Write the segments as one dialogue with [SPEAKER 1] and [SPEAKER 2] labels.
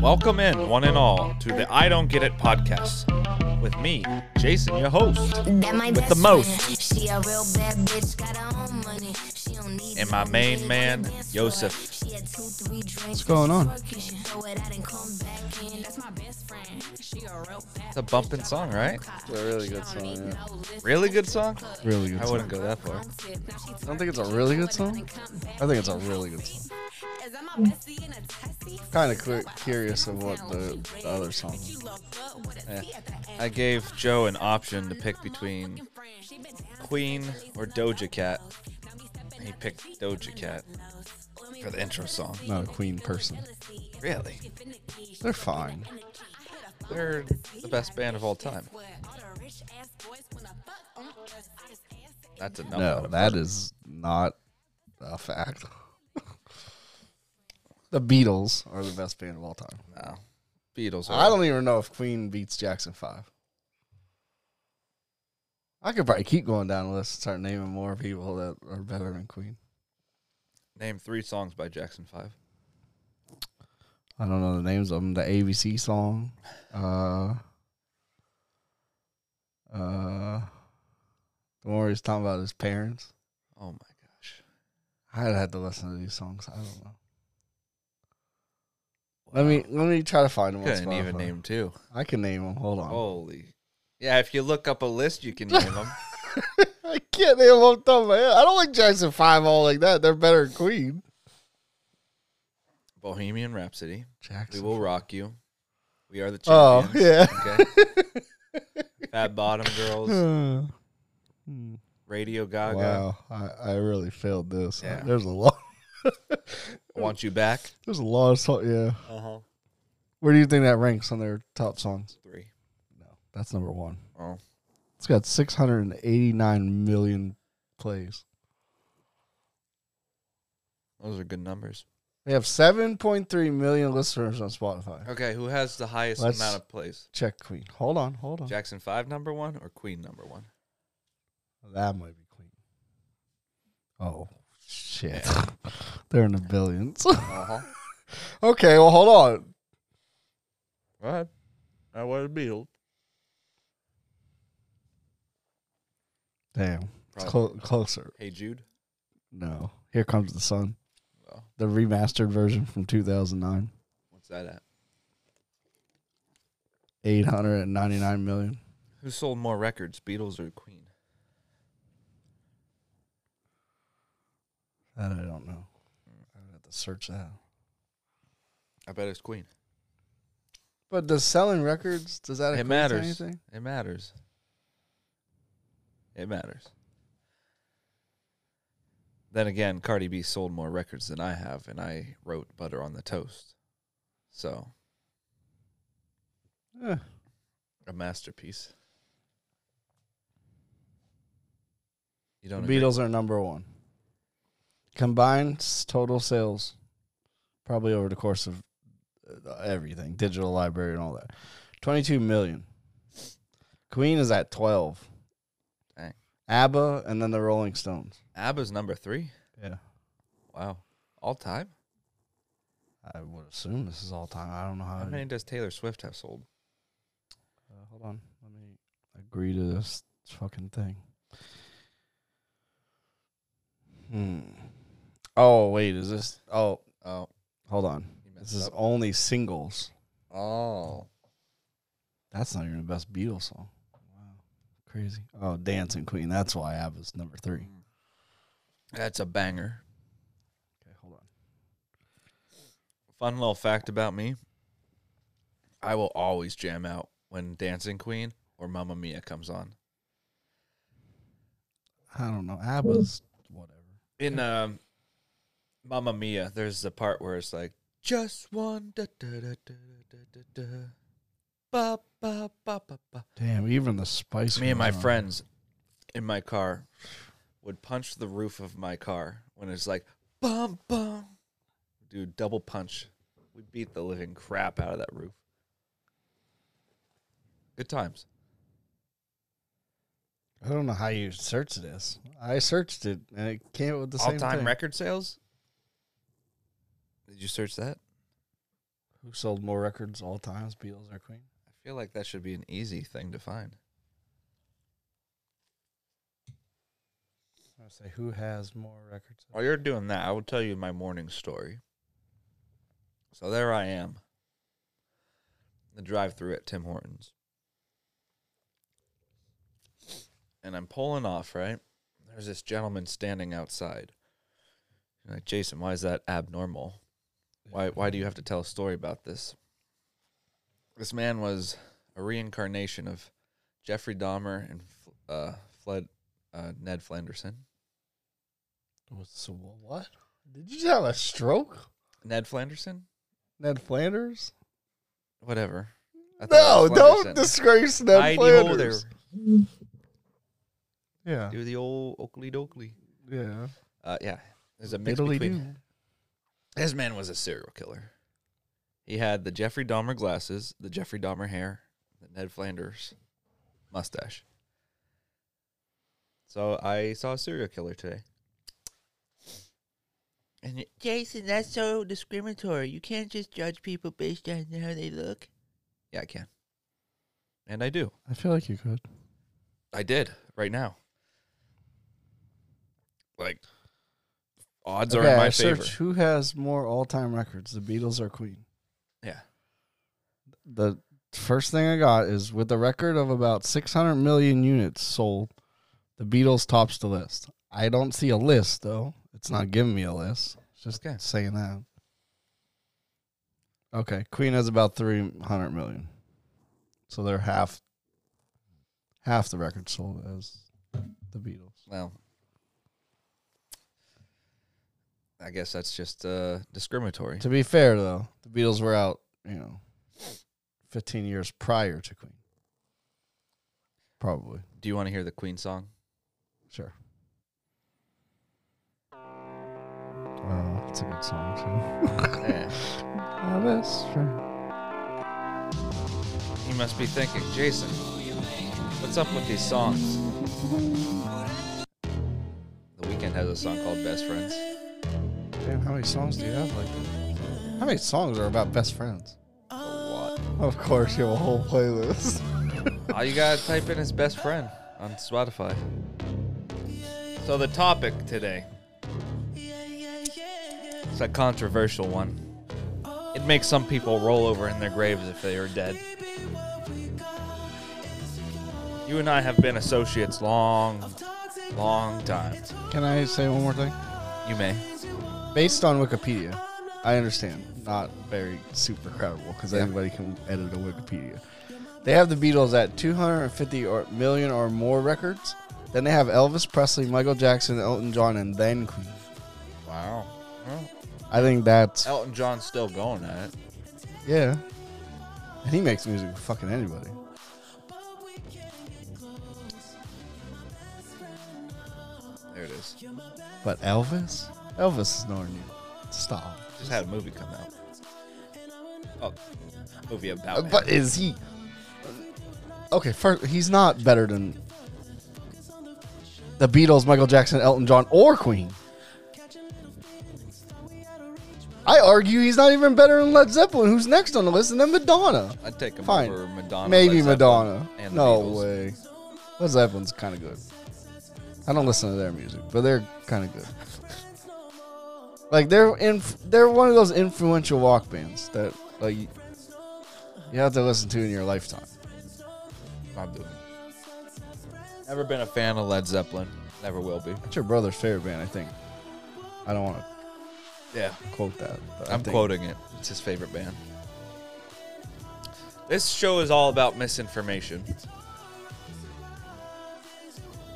[SPEAKER 1] Welcome in, one and all, to the I Don't Get It podcast with me, Jason, your host,
[SPEAKER 2] That my
[SPEAKER 1] With
[SPEAKER 2] best
[SPEAKER 1] the most.
[SPEAKER 2] friend. She a real bad bitch, got her own money. She don't need
[SPEAKER 1] and my main man, Joseph.
[SPEAKER 2] She had two, three drinks.
[SPEAKER 3] What's going on?
[SPEAKER 2] She throw it out and come back in. That's my best friend. She a real bad
[SPEAKER 1] It's a bumping song, right?
[SPEAKER 4] It's a really good song. Yeah.
[SPEAKER 1] Really good song?
[SPEAKER 3] Really good.
[SPEAKER 1] I wouldn't go that far.
[SPEAKER 4] I don't think it's a really good song. I think it's a really good song. Kind of cl- curious of what the, the other song. is.
[SPEAKER 1] I gave Joe an option to pick between Queen or Doja Cat. and He picked Doja Cat for the intro song.
[SPEAKER 3] Not a Queen person.
[SPEAKER 1] Really?
[SPEAKER 3] They're fine.
[SPEAKER 1] They're the best band of all time. That's enough. out
[SPEAKER 3] No,
[SPEAKER 1] of
[SPEAKER 3] that is not a fact. the Beatles are the best band of all time.
[SPEAKER 1] now. Beatles. Are
[SPEAKER 3] I don't even know if Queen beats Jackson Five. I could probably keep going down the list and start naming more people that are better than Queen.
[SPEAKER 1] name three songs by Jackson Five.
[SPEAKER 3] I don't know the names of them. The ABC song. Uh, uh, the one where he's talking about his parents.
[SPEAKER 1] Oh my gosh.
[SPEAKER 3] I'd have to listen to these songs. I don't know. Let me let me try to find them. on
[SPEAKER 1] Couldn't even
[SPEAKER 3] Spotify.
[SPEAKER 1] name Oh. two.
[SPEAKER 3] I can name them. Hold on.
[SPEAKER 1] Holy. Yeah, if you look up a list, you can name them.
[SPEAKER 3] I can't name them off the top of my head. I don't like Jackson Five all like that. They're better than Queen.
[SPEAKER 1] Bohemian Rhapsody. We
[SPEAKER 3] Jackson.
[SPEAKER 1] will rock you. We are the
[SPEAKER 3] Oh
[SPEAKER 1] champions.
[SPEAKER 3] yeah.
[SPEAKER 1] Okay. Fat Bottom Girls.
[SPEAKER 3] Hmm.
[SPEAKER 1] Radio Gaga.
[SPEAKER 3] wow, I, I really failed this.
[SPEAKER 1] Yeah.
[SPEAKER 3] There's a lot.
[SPEAKER 1] I want you back.
[SPEAKER 3] There's a lot of songs. Yeah.
[SPEAKER 1] Uh huh.
[SPEAKER 3] Where do you think that ranks on their top songs?
[SPEAKER 1] Three.
[SPEAKER 3] No, that's number one.
[SPEAKER 1] Oh.
[SPEAKER 3] It's got 689 million plays.
[SPEAKER 1] Those are good numbers.
[SPEAKER 3] They have 7.3 million listeners on Spotify.
[SPEAKER 1] Okay, who has the highest
[SPEAKER 3] Let's-
[SPEAKER 1] amount of plays?
[SPEAKER 3] Check Queen. Hold on, hold on.
[SPEAKER 1] Jackson Five number one or Queen number one?
[SPEAKER 3] That might be Queen. Oh shit. They're in the billions.
[SPEAKER 1] Uh huh.
[SPEAKER 3] okay, well hold on.
[SPEAKER 1] All right. I was Beatles.
[SPEAKER 3] Damn. It's
[SPEAKER 1] Probably.
[SPEAKER 3] clo- closer.
[SPEAKER 1] Hey Jude.
[SPEAKER 3] No. Here comes the sun.
[SPEAKER 1] Well,
[SPEAKER 3] The remastered version from 2009.
[SPEAKER 1] what's that at?
[SPEAKER 3] 899 million.
[SPEAKER 1] Who sold more records, Beatles or Queen?
[SPEAKER 3] That I don't know. I would have to search that.
[SPEAKER 1] I bet it's Queen.
[SPEAKER 3] But does selling records does that
[SPEAKER 1] It
[SPEAKER 3] equate to
[SPEAKER 1] matters.
[SPEAKER 3] anything?
[SPEAKER 1] It matters. It matters. Then again, Cardi B sold more records than I have, and I wrote Butter on the Toast. So,
[SPEAKER 3] Eh.
[SPEAKER 1] a masterpiece. You
[SPEAKER 3] The
[SPEAKER 1] don't agree?
[SPEAKER 3] Beatles are number one. Combined s- total sales, probably over the course of uh, everything, digital library and all that, 22 million. Queen is at 12.
[SPEAKER 1] Dang.
[SPEAKER 3] ABBA and then the Rolling Stones.
[SPEAKER 1] ABBA's number three.
[SPEAKER 3] Yeah.
[SPEAKER 1] Wow. All time?
[SPEAKER 3] I would assume this is all time. I don't know how.
[SPEAKER 1] How
[SPEAKER 3] to-
[SPEAKER 1] many does Taylor Swift have sold?
[SPEAKER 3] uh, hold on. Let me agree to this fucking thing. Hmm. Oh, wait. Is this. Oh,
[SPEAKER 1] Oh.
[SPEAKER 3] hold on.
[SPEAKER 1] you
[SPEAKER 3] This
[SPEAKER 1] messed
[SPEAKER 3] is
[SPEAKER 1] up.
[SPEAKER 3] only singles.
[SPEAKER 1] Oh.
[SPEAKER 3] That's not even the best Beatles song. Wow. Crazy. Oh, Dancing Queen. That's why ABBA's number three.
[SPEAKER 1] Mm, That's a banger.
[SPEAKER 3] Okay, hold on.
[SPEAKER 1] fun little fact about me i will always jam out when dancing queen or mamma mia comes on
[SPEAKER 3] I don't know. ABBA's whatever.
[SPEAKER 1] in um mamma mia there's the part where it's like just one da da da da da da da da ba ba ba ba ba
[SPEAKER 3] Damn, even the Spice
[SPEAKER 1] me and my
[SPEAKER 3] Girls are-
[SPEAKER 1] friends in my car would punch the roof of my car when it's like bum bum do double punch we beat the living crap out of that roof good times
[SPEAKER 3] I don't know how you search this. I searched it and it came up with the
[SPEAKER 1] all
[SPEAKER 3] same
[SPEAKER 1] time
[SPEAKER 3] thing.
[SPEAKER 1] record sales? Did you search that?
[SPEAKER 3] Who sold more records all times, Beatles or Queen?
[SPEAKER 1] I feel like that should be an easy thing to find.
[SPEAKER 3] I say who has more records.
[SPEAKER 1] While you're doing that, I will tell you my morning story. So there I am. The drive through at Tim Hortons. And I'm pulling off, right? There's this gentleman standing outside. You're like, Jason, why is that abnormal? Why why do you have to tell a story about this? This man was a reincarnation of Jeffrey Dahmer and uh, Fled, uh, Ned Flanderson.
[SPEAKER 3] What's so what? Did you just have a stroke,
[SPEAKER 1] Ned Flanderson?
[SPEAKER 3] Ned Flanders?
[SPEAKER 1] Whatever. I thought
[SPEAKER 3] No,
[SPEAKER 1] it was
[SPEAKER 3] don't
[SPEAKER 1] Flanderson.
[SPEAKER 3] disgrace Ned
[SPEAKER 1] Heidi
[SPEAKER 3] Flanders.
[SPEAKER 1] Holder.
[SPEAKER 3] Yeah,
[SPEAKER 1] Do the old Oakley Doakley.
[SPEAKER 3] yeah.
[SPEAKER 1] Uh, yeah. There's a mix between This man was a serial killer. He had the Jeffrey Dahmer glasses, the Jeffrey Dahmer hair, the Ned Flanders mustache. So I saw a serial killer today. And it-
[SPEAKER 5] Jason, that's so discriminatory. You can't just judge people based on how they look.
[SPEAKER 1] yeah, I can. And I do.
[SPEAKER 3] I feel like you could.
[SPEAKER 1] I did right now. Like odds are in my
[SPEAKER 3] I
[SPEAKER 1] favor.
[SPEAKER 3] search who has more all-time records, the Beatles or Queen.
[SPEAKER 1] Yeah.
[SPEAKER 3] The first thing I got is with a record of about 600 million units sold, the Beatles tops the list. I don't see a list though. It's not giving me a list. It's just
[SPEAKER 1] Okay.
[SPEAKER 3] saying that. Okay, Queen has about 300 million. So they're half half the record sold as the Beatles.
[SPEAKER 1] Well, I guess that's just uh, discriminatory.
[SPEAKER 3] To be fair, though, the Beatles were out, you know, 15 years prior to Queen. Probably.
[SPEAKER 1] Do you want to hear the Queen song?
[SPEAKER 3] Sure. Uh, that's a good song, too.
[SPEAKER 1] Eh.
[SPEAKER 3] My best friend.
[SPEAKER 1] You must be thinking, Jason, what's up with these songs? The Weeknd has a song called Best Friends.
[SPEAKER 3] Damn, how many songs do you have like that? How many songs are about best friends?
[SPEAKER 1] A lot.
[SPEAKER 3] Of course, you have a whole playlist.
[SPEAKER 1] All you gotta type in is Best Friend on Spotify. So the topic today. It's a controversial one. It makes some people roll over in their graves if they are dead. You and I have been associates long, long time.
[SPEAKER 3] Can I say one more thing?
[SPEAKER 1] You may.
[SPEAKER 3] Based on Wikipedia, I understand. Not very super credible because anybody can edit a Wikipedia. They have the Beatles at 250 or million or more records. Then they have Elvis Presley, Michael Jackson, Elton John, and then Queen.
[SPEAKER 1] Wow.
[SPEAKER 3] I think that's
[SPEAKER 1] Elton John's still going at it.
[SPEAKER 3] yeah. And he makes music with fucking anybody.
[SPEAKER 1] There it is.
[SPEAKER 3] But Elvis, Elvis is nowhere near. Stop.
[SPEAKER 1] Just had a movie come out. Oh, movie about.
[SPEAKER 3] Uh, But is he? Okay, first he's not better than the Beatles, Michael Jackson, Elton John, or Queen. I argue he's not even better than Led Zeppelin, who's next on the list, and then Madonna.
[SPEAKER 1] I'd take him
[SPEAKER 3] Fine.
[SPEAKER 1] over Madonna.
[SPEAKER 3] Maybe
[SPEAKER 1] Led Zeppelin,
[SPEAKER 3] Madonna.
[SPEAKER 1] and the
[SPEAKER 3] No
[SPEAKER 1] Beatles.
[SPEAKER 3] way. Led Zeppelin's kind of good. I don't listen to their music, but they're kind of good. Like they're in, they're one of those influential rock bands that like you have to listen to in your lifetime.
[SPEAKER 1] Not doing it. Never been a fan of Led Zeppelin. Never will be.
[SPEAKER 3] It's your brother's favorite band, I think. I don't want to
[SPEAKER 1] Yeah.
[SPEAKER 3] quote that. But I
[SPEAKER 1] I'm
[SPEAKER 3] think-
[SPEAKER 1] quoting it. It's his favorite band. This show is all about misinformation.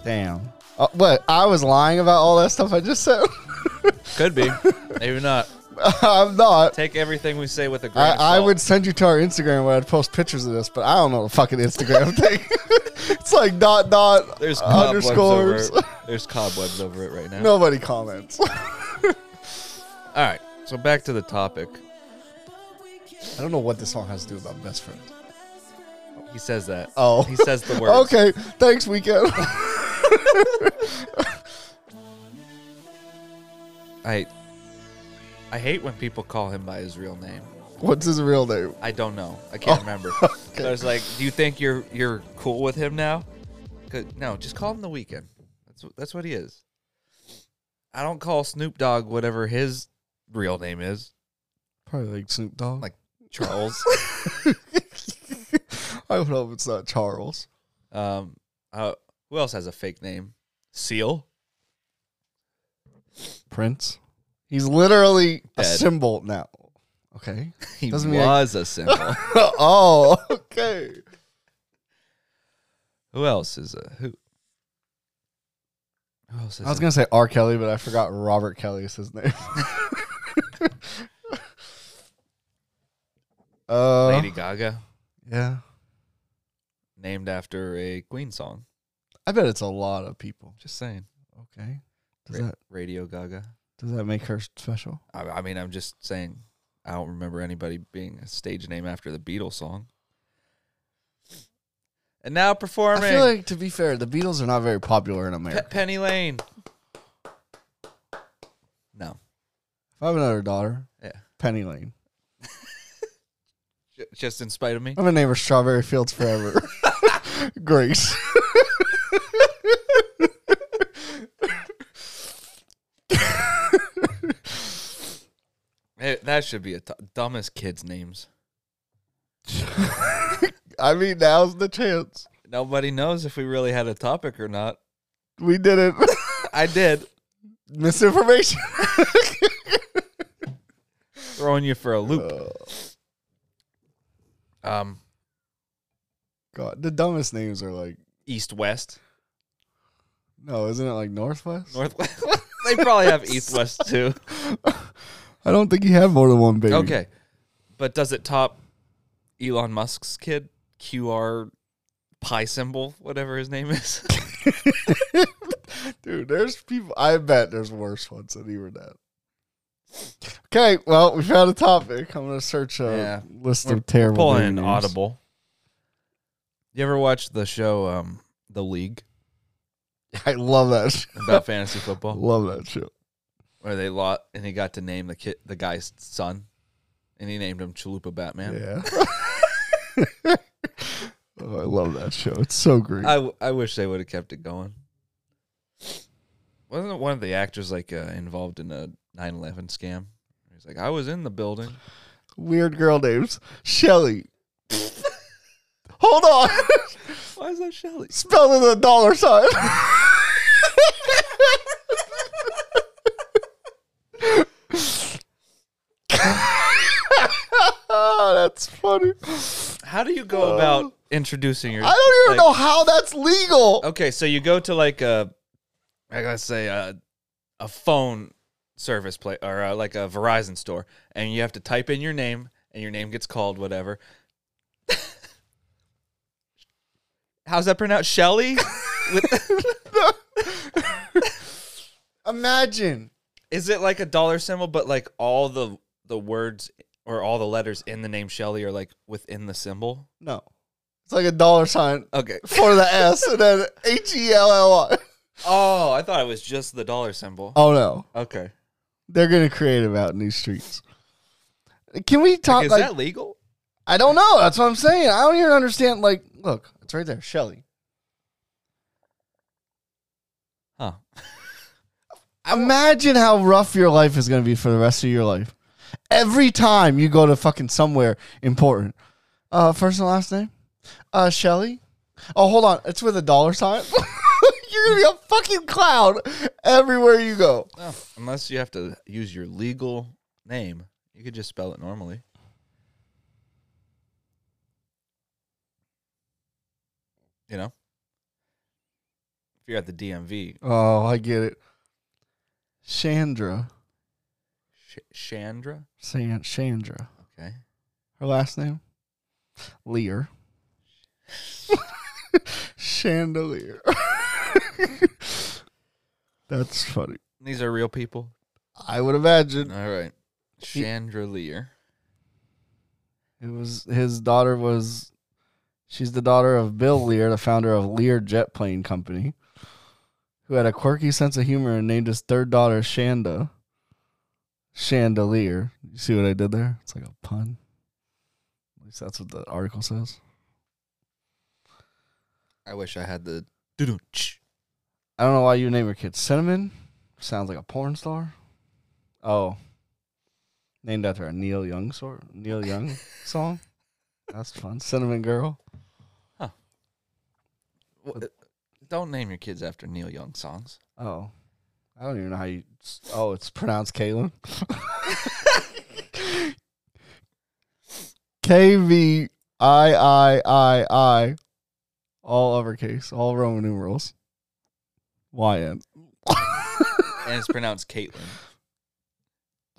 [SPEAKER 3] Damn. Uh, what? I was lying about all that stuff I just said.
[SPEAKER 1] Could be. Maybe not.
[SPEAKER 3] I'm not.
[SPEAKER 1] Take everything we say with a grain of
[SPEAKER 3] I, I
[SPEAKER 1] salt.
[SPEAKER 3] would send you to our Instagram where I'd post pictures of this, but I don't know the fucking Instagram thing. it's like dot dot
[SPEAKER 1] There's cobwebs over
[SPEAKER 3] underscores.
[SPEAKER 1] it. There's cobwebs over it right now.
[SPEAKER 3] Nobody comments. I
[SPEAKER 1] All right. So back to the topic.
[SPEAKER 3] don't know what this song has to do about best friends.
[SPEAKER 1] He says that.
[SPEAKER 3] Oh.
[SPEAKER 1] He says the word.
[SPEAKER 3] Okay, thanks, weekend.
[SPEAKER 1] I I hate when people call him by his real name.
[SPEAKER 3] What's his real name?
[SPEAKER 1] I don't know. I
[SPEAKER 3] Oh,
[SPEAKER 1] can't remember. So I was like, "Do you think you're you're cool with him now?" 'Cause- No, just call him the weekend. That's wh- that's what he is. I don't call Snoop Dogg whatever his real name is,
[SPEAKER 3] Probably like Snoop Dogg.
[SPEAKER 1] like Charles.
[SPEAKER 3] I hope it's not Charles.
[SPEAKER 1] um, uh, who else has a fake name? Seal.
[SPEAKER 3] Prince. He's literally a
[SPEAKER 1] Dead.
[SPEAKER 3] symbol now. Okay.
[SPEAKER 1] He
[SPEAKER 3] Doesn't mean I-
[SPEAKER 1] was a symbol.
[SPEAKER 3] oh, okay.
[SPEAKER 1] who else is a who? Who else is?
[SPEAKER 3] I was
[SPEAKER 1] a-
[SPEAKER 3] gonna say R. Kelly, but I forgot Robert Kelly is his name. uh,
[SPEAKER 1] Lady Gaga,
[SPEAKER 3] Yeah,
[SPEAKER 1] named after a Queen song.
[SPEAKER 3] I bet it's a lot of people.
[SPEAKER 1] Just saying.
[SPEAKER 3] Okay, does
[SPEAKER 1] Ra-
[SPEAKER 3] that
[SPEAKER 1] Radio Gaga.
[SPEAKER 3] does that make her special?
[SPEAKER 1] I, I mean, I'm just saying, I don't remember anybody being a stage name after the Beatles song. And now
[SPEAKER 3] I
[SPEAKER 1] performing
[SPEAKER 3] feel like to be fair, the Beatles are not very popular in
[SPEAKER 1] Pe-
[SPEAKER 3] America.
[SPEAKER 1] Penny Lane. No,
[SPEAKER 3] If I have another daughter,
[SPEAKER 1] Yeah.
[SPEAKER 3] Penny Lane.
[SPEAKER 1] J- just in spite of me.
[SPEAKER 3] I'm gonna name her Strawberry Fields Forever. Grace.
[SPEAKER 1] Hey, that should be a t- dumbest kids' names.
[SPEAKER 3] I mean, now's the chance.
[SPEAKER 1] Nobody knows if we really had a topic or not.
[SPEAKER 3] We did it.
[SPEAKER 1] I did
[SPEAKER 3] Misinformation.
[SPEAKER 1] throwing you for a loop.
[SPEAKER 3] Oh,
[SPEAKER 1] Um,
[SPEAKER 3] God, the dumbest names are like
[SPEAKER 1] east west,
[SPEAKER 3] no, isn't it like Northwest?
[SPEAKER 1] northwest. they probably have east west too.
[SPEAKER 3] I don't think you have more than one baby.
[SPEAKER 1] Okay. But does it top Elon Musk's kid? QR pi symbol, whatever his name is.
[SPEAKER 3] Dude, there's people. I bet there's worse ones than even that. Okay, well, we found a topic. I'm gonna search a
[SPEAKER 1] Yeah.
[SPEAKER 3] list
[SPEAKER 1] We're-
[SPEAKER 3] of terrible.
[SPEAKER 1] Pulling
[SPEAKER 3] baby
[SPEAKER 1] an
[SPEAKER 3] names.
[SPEAKER 1] audible. You ever watch the show um The League
[SPEAKER 3] I love that. Shit.
[SPEAKER 1] about fantasy football?
[SPEAKER 3] Love that shit.
[SPEAKER 1] Where they lot and he got to name the kid the guy's son. And he named him Chalupa Batman.
[SPEAKER 3] Yeah. oh, I love that show. It's so great.
[SPEAKER 1] I, w- I wish they would have kept it going. Wasn't one of the actors like uh, involved in a 9/11 scam? He's like, I was in the building.
[SPEAKER 3] Weird girl names. Shelly. Hold on.
[SPEAKER 1] Why is that Shelly?
[SPEAKER 3] Spelled with a dollar sign. Oh, that's funny.
[SPEAKER 1] How do you go about introducing your?
[SPEAKER 3] Uh, I don't even
[SPEAKER 1] like-
[SPEAKER 3] know how that's legal.
[SPEAKER 1] Okay, so you go to like a, I gotta say a, a phone service play or uh like a Verizon store, and you have to type in your name, and your name gets called whatever. How's that pronounced, Shelly? With,
[SPEAKER 3] Imagine.
[SPEAKER 1] is it like a dollar symbol, but like all the the words or all the letters in the name Shelly are like within the symbol?
[SPEAKER 3] No. It's like a dollar sign
[SPEAKER 1] Okay.
[SPEAKER 3] for the S and then H E L L Y.
[SPEAKER 1] Oh, I thought it was just the dollar symbol.
[SPEAKER 3] Oh no.
[SPEAKER 1] Okay.
[SPEAKER 3] They're gonna create them out in these streets. Can we talk
[SPEAKER 1] Is
[SPEAKER 3] like
[SPEAKER 1] that legal?
[SPEAKER 3] I don't know. That's what I'm saying. I don't even understand. Like, look, it's right there, Shelly.
[SPEAKER 1] Huh.
[SPEAKER 3] Imagine how rough your life is going to be for the rest of your life. Every time you go to fucking somewhere important, uh, first and last name, uh, Shelly. Oh, hold on, it's with a dollar sign. You're gonna be a fucking clown everywhere you go.
[SPEAKER 1] No, unless you have to use your legal name, you could just spell it normally. You know, if you're at the DMV,
[SPEAKER 3] Oh, I get it. Chandra,
[SPEAKER 1] Sh- Chandra.
[SPEAKER 3] San- Chandra.
[SPEAKER 1] Okay,
[SPEAKER 3] Her last name, Lear. Chandelier. That's funny.
[SPEAKER 1] these are real people.
[SPEAKER 3] I would imagine
[SPEAKER 1] All right, chandelier.
[SPEAKER 3] it was his daughter was. She's the daughter of Bill Lear, the founder of Lear Jet Plane Company, who had a quirky sense of humor and named his third daughter Shanda. chandelier. You see what I did there? It's like a pun. At least that's what the article says.
[SPEAKER 1] I wish I had the. doo
[SPEAKER 3] I don't know why you name your kid Cinnamon. Sounds like a porn star. Oh, named after a Neil Young sort Neil Young song. That's fun. Cinnamon Girl.
[SPEAKER 1] Don't name your kids after Neil Young songs.
[SPEAKER 3] Oh, I don't even know how you. Oh, it's pronounced Kalen. K V I I I I, all uppercase, all Roman numerals. Y N.
[SPEAKER 1] And it's pronounced Caitlin.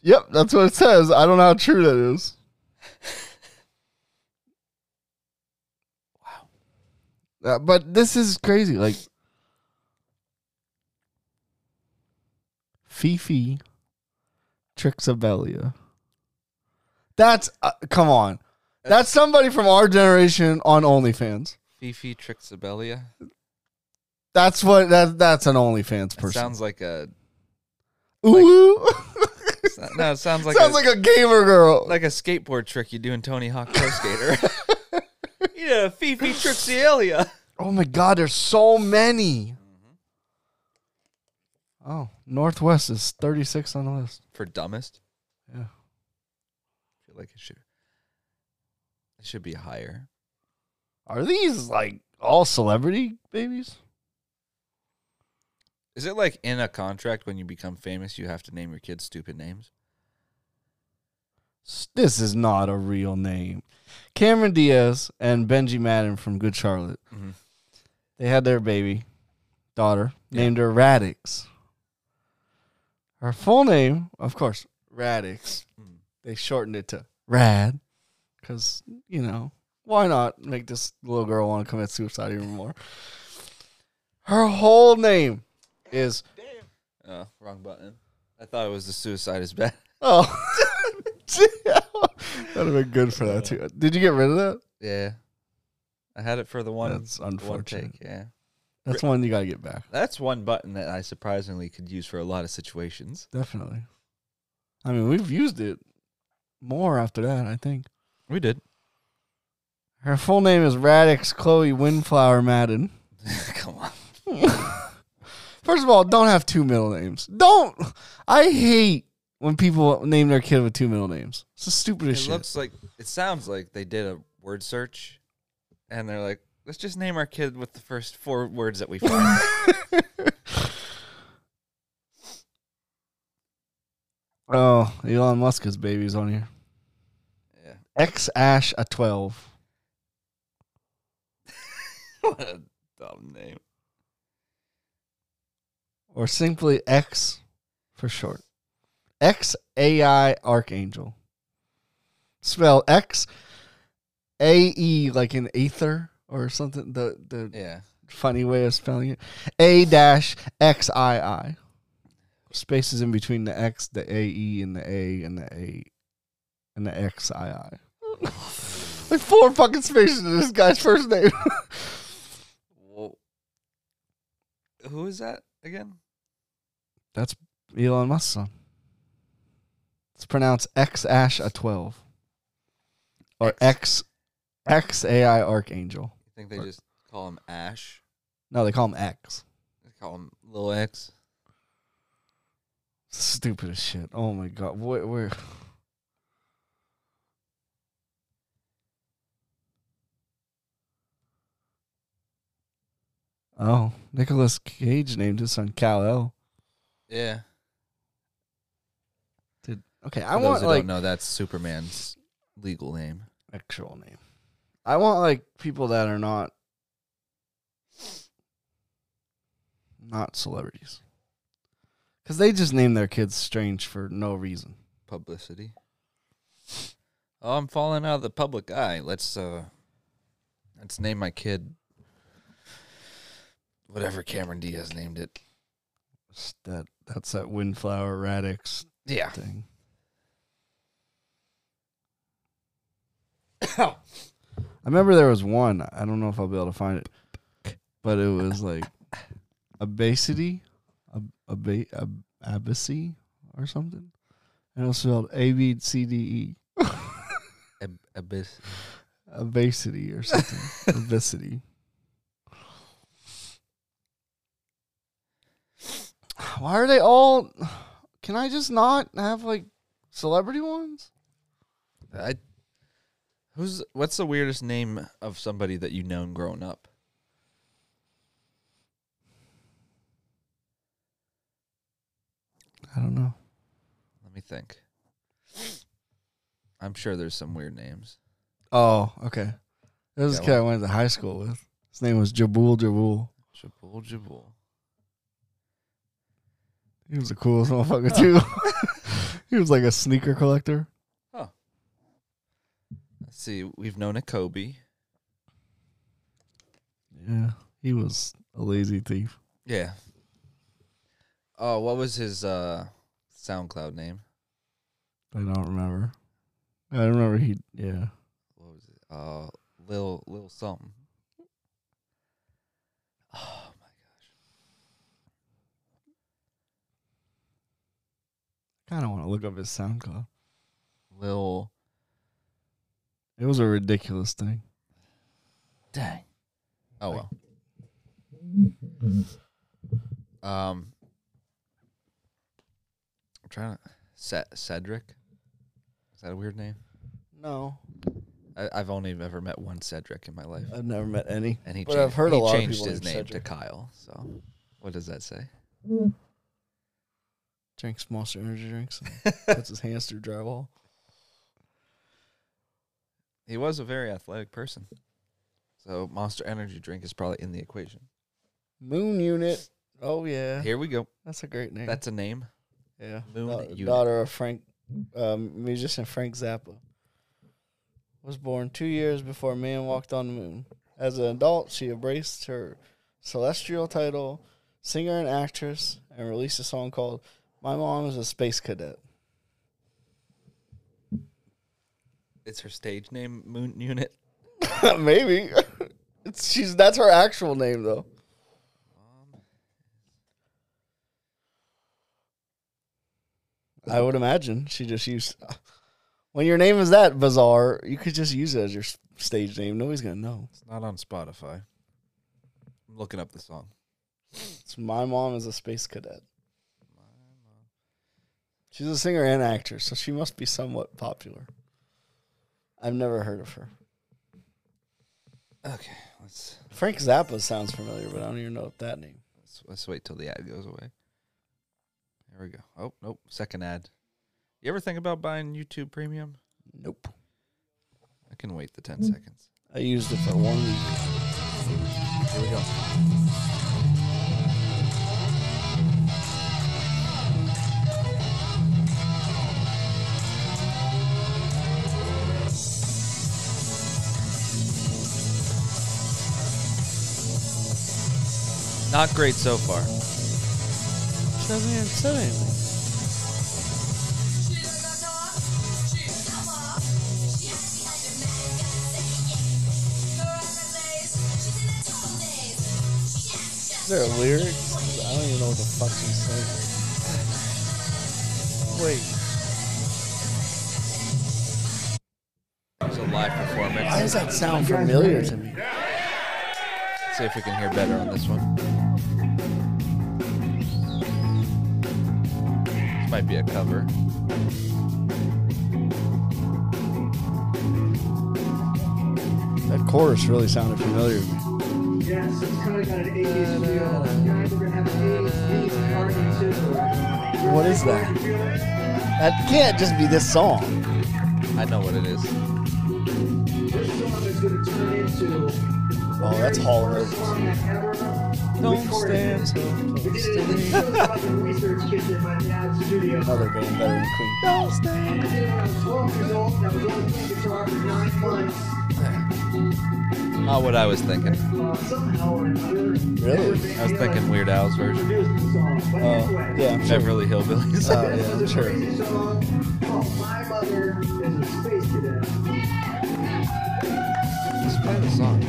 [SPEAKER 3] Yep, that's what it says. I don't know how true that is. wow. Uh, but this is crazy. Like, Fifi Trixabelia. That's, uh, come on. That's somebody from our generation on OnlyFans.
[SPEAKER 1] Fifi Trixabelia.
[SPEAKER 3] That's what that that's an OnlyFans
[SPEAKER 1] It
[SPEAKER 3] person.
[SPEAKER 1] sounds like a.
[SPEAKER 3] Ooh,
[SPEAKER 1] No, it sounds like
[SPEAKER 3] sounds
[SPEAKER 1] a,
[SPEAKER 3] like a gamer girl.
[SPEAKER 1] like a skateboard trick you do in Tony Hawk Pro Skater. yeah, Fifi Trixielia.
[SPEAKER 3] Oh my God, there's so many. Oh, Northwest is 36 on the list.
[SPEAKER 1] For dumbest,
[SPEAKER 3] Yeah.
[SPEAKER 1] I feel like it should. It should be higher.
[SPEAKER 3] Are these like all celebrity babies?
[SPEAKER 1] Is it like in a contract when you become famous, you have to name your kids stupid names?
[SPEAKER 3] S- This is not a real name. Cameron Diaz and Benji Madden from Good Charlotte.
[SPEAKER 1] Mhm.
[SPEAKER 3] They had their baby daughter named her Radix. Her full name, of course, Radix.
[SPEAKER 1] Mm.
[SPEAKER 3] They shortened it to Rad because, you know, why not make this little girl want to commit suicide even more? Her whole name is
[SPEAKER 1] Uh, wrong button. I thought it was the suicide is bad.
[SPEAKER 3] Oh. That'd have been good for that too. Did you get rid of that?
[SPEAKER 1] Yeah, I had it for the one.
[SPEAKER 3] That's
[SPEAKER 1] the One
[SPEAKER 3] unfortunate.
[SPEAKER 1] take. Yeah,
[SPEAKER 3] That's one you gotta get back.
[SPEAKER 1] that's one button that I surprisingly could use for a lot of situations.
[SPEAKER 3] Definitely. I mean, we've used it more after that, I think.
[SPEAKER 1] We did.
[SPEAKER 3] Her full name is Radix Chloe Windflower Madden.
[SPEAKER 1] Come on.
[SPEAKER 3] First of all, don't have two middle names. Don't. I hate when people name their kid with two middle names. It's the
[SPEAKER 1] It
[SPEAKER 3] stupidest shit.
[SPEAKER 1] looks like it sounds like they did a word search, and they're like, "Let's just name our kid with the first four words that we find."
[SPEAKER 3] oh, Elon Musk's baby's on here.
[SPEAKER 1] yeah.
[SPEAKER 3] X Ash a 12.
[SPEAKER 1] What a dumb name.
[SPEAKER 3] or simply X for short. X A I Archangel. Spell X A E like in aether or something. The the
[SPEAKER 1] Yeah.
[SPEAKER 3] funny way of spelling it. A dash X I I. Spaces in between the X, the A E, and the A, and the A, and the X I I. like four fucking spaces in this guy's first name.
[SPEAKER 1] Whoa. Who is that again?
[SPEAKER 3] That's Elon Musk's son. It's pronounced X Ash a twelve, or X X A I Archangel.
[SPEAKER 1] You think they just call him Ash?
[SPEAKER 3] No, they call him X.
[SPEAKER 1] They call him Little X.
[SPEAKER 3] Stupid as shit. Oh my god, where? where? Oh, Nicholas Cage named his son Cal El.
[SPEAKER 1] Yeah.
[SPEAKER 3] Okay, I
[SPEAKER 1] For
[SPEAKER 3] want
[SPEAKER 1] those who
[SPEAKER 3] like
[SPEAKER 1] don't know that's Superman's legal name.
[SPEAKER 3] actual name. I want like people that are not not celebrities. Cuz they just name their kids strange for no reason.
[SPEAKER 1] Publicity. Oh, I'm falling out of the public eye. Let's uh let's name my kid whatever Cameron Diaz named it.
[SPEAKER 3] It's That that's that windflower radix
[SPEAKER 1] Yeah.
[SPEAKER 3] thing. I remember there was one. I don't know if I'll be able to find it, but it was like obesity, ab- ab- ab- abacy or something. And it was spelled A B C D E.
[SPEAKER 1] Ab- abyss.
[SPEAKER 3] Obesity or something. Obesity. Why are they all? Can I just not have like celebrity ones?
[SPEAKER 1] I. Who's what's the weirdest name of somebody that you known growing up?
[SPEAKER 3] I don't know.
[SPEAKER 1] Let me think. I'm sure there's some weird names.
[SPEAKER 3] Oh, okay. There was a
[SPEAKER 1] Yeah,
[SPEAKER 3] kid I went to high school with. His name was Jabul Jabul.
[SPEAKER 1] Jabul Jabul.
[SPEAKER 3] He was the coolest motherfucker too. he was like a sneaker collector.
[SPEAKER 1] Let's see. We've known a Kobe.
[SPEAKER 3] Yeah, he was a lazy thief.
[SPEAKER 1] Yeah. Oh, what was his uh SoundCloud name?
[SPEAKER 3] I don't remember. I remember he. Yeah,
[SPEAKER 1] What was it? Uh, Lil Lil something. Oh my gosh.
[SPEAKER 3] kind of want to look up his SoundCloud.
[SPEAKER 1] Lil
[SPEAKER 3] It was a ridiculous thing.
[SPEAKER 1] Dang. Oh well. Um, I'm trying to Ce- Cedric. Is that a weird name?
[SPEAKER 3] No,
[SPEAKER 1] I, I've only ever met one Cedric in my life,
[SPEAKER 3] I've never met any.
[SPEAKER 1] and he
[SPEAKER 3] but
[SPEAKER 1] changed-
[SPEAKER 3] I've heard a
[SPEAKER 1] he
[SPEAKER 3] lot of
[SPEAKER 1] changed
[SPEAKER 3] people
[SPEAKER 1] his
[SPEAKER 3] named
[SPEAKER 1] name
[SPEAKER 3] Cedric.
[SPEAKER 1] to Kyle. So, what does that say?
[SPEAKER 3] Drinks monster energy drinks. and puts his hands through drywall.
[SPEAKER 1] He was a very athletic person, so Monster Energy drink is probably in the equation.
[SPEAKER 3] Moon unit. Oh yeah,
[SPEAKER 1] Here we go.
[SPEAKER 3] that's a great name.
[SPEAKER 1] That's a name.
[SPEAKER 3] Yeah.
[SPEAKER 1] Moon
[SPEAKER 3] Da-
[SPEAKER 1] Unit.
[SPEAKER 3] Daughter of Frank, um, musician Frank Zappa. Was born two years before man walked on the moon. As an adult, she embraced her celestial title, singer and actress, and released a song called My Mom is a Space Cadet.
[SPEAKER 1] It's her stage name, Moon Unit.
[SPEAKER 3] Maybe. it's, she's That's her actual name, though.
[SPEAKER 1] Um,
[SPEAKER 3] I would imagine she just used. When your name is that bizarre, you could just use it as your s- stage name. Nobody's gonna know.
[SPEAKER 1] It's not on Spotify. I'm looking up the song.
[SPEAKER 3] It's my mom is a space cadet. She's a singer and actor, so she must be somewhat popular. I've never heard of her.
[SPEAKER 1] Okay, let's
[SPEAKER 3] Frank Zappa sounds familiar, but I don't even know if that name.
[SPEAKER 1] let's, let's wait till the ad goes away. There we go. Oh nope, second ad. You ever think about buying YouTube Premium?
[SPEAKER 3] Nope.
[SPEAKER 1] I can wait the
[SPEAKER 3] Mm.
[SPEAKER 1] ten seconds.
[SPEAKER 3] I used it for one week.
[SPEAKER 1] Here we go. Not great so far.
[SPEAKER 3] She doesn't even say anything. Is there a lyric? I don't even know what the fuck she's saying.
[SPEAKER 1] Wait. It's a live performance.
[SPEAKER 3] Why does that sound familiar to me?
[SPEAKER 1] See if we can hear better on this one. This might be a cover.
[SPEAKER 3] That chorus really sounded familiar to me.
[SPEAKER 6] Yes, it's kind of got an 80s feel. Tonight we're going to have an 80s beat party too.
[SPEAKER 3] What is that? That can't just be this song.
[SPEAKER 1] I know what it is.
[SPEAKER 6] This song is going to turn into.
[SPEAKER 3] Oh, that's Hall
[SPEAKER 6] the
[SPEAKER 3] Roach.
[SPEAKER 6] first song I ever
[SPEAKER 3] Don't stand
[SPEAKER 6] recorded.
[SPEAKER 3] so
[SPEAKER 6] We
[SPEAKER 3] close
[SPEAKER 6] did it
[SPEAKER 3] to
[SPEAKER 6] in
[SPEAKER 3] me.
[SPEAKER 6] the fucking research kitchen in my dad's studio.
[SPEAKER 3] Another band better than Queen. Don't stand.
[SPEAKER 6] I did it when I was 12 years old, and I was only playing guitar for nine months.
[SPEAKER 1] Not what I was thinking.
[SPEAKER 6] Uh, somehow or another.
[SPEAKER 3] Really?
[SPEAKER 1] I was thinking Weird Al's version.
[SPEAKER 6] Produced the song. But
[SPEAKER 3] Oh,
[SPEAKER 6] anyway.
[SPEAKER 3] yeah, I'm sure.
[SPEAKER 1] Beverly Hillbillies.
[SPEAKER 3] Oh,
[SPEAKER 6] This
[SPEAKER 3] yeah,
[SPEAKER 6] is
[SPEAKER 3] I'm
[SPEAKER 6] a
[SPEAKER 3] sure.
[SPEAKER 6] crazy song called My Mother is a Space Cadet.
[SPEAKER 1] Let's play the song.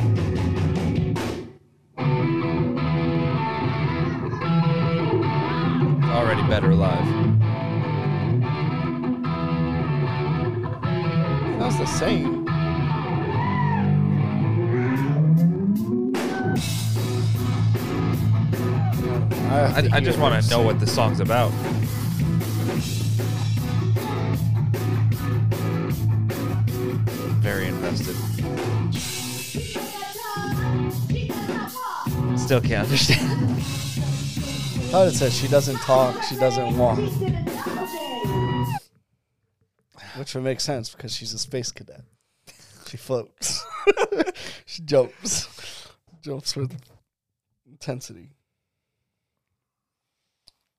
[SPEAKER 1] Already better live.
[SPEAKER 3] sounds the same.
[SPEAKER 1] I, I just want to know what the song's about. Very invested. Still can't understand.
[SPEAKER 3] How did it say? She doesn't talk. She doesn't walk. Which would make sense because she's a space cadet. She floats. she jumps. Jumps with intensity.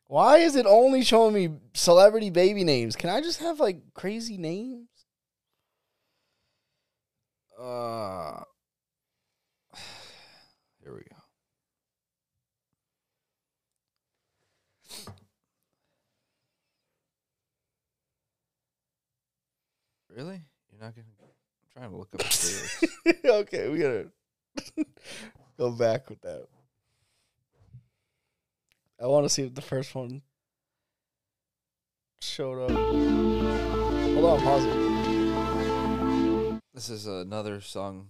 [SPEAKER 3] Why is it only showing me celebrity baby names? Can I just have like crazy names? Uh,
[SPEAKER 1] Here we go. Really? You're not gonna? I'm trying to look up the lyrics.
[SPEAKER 3] okay, we gotta go back with that. I want to see if the first one showed up. Hold on, pause it.
[SPEAKER 1] This is another song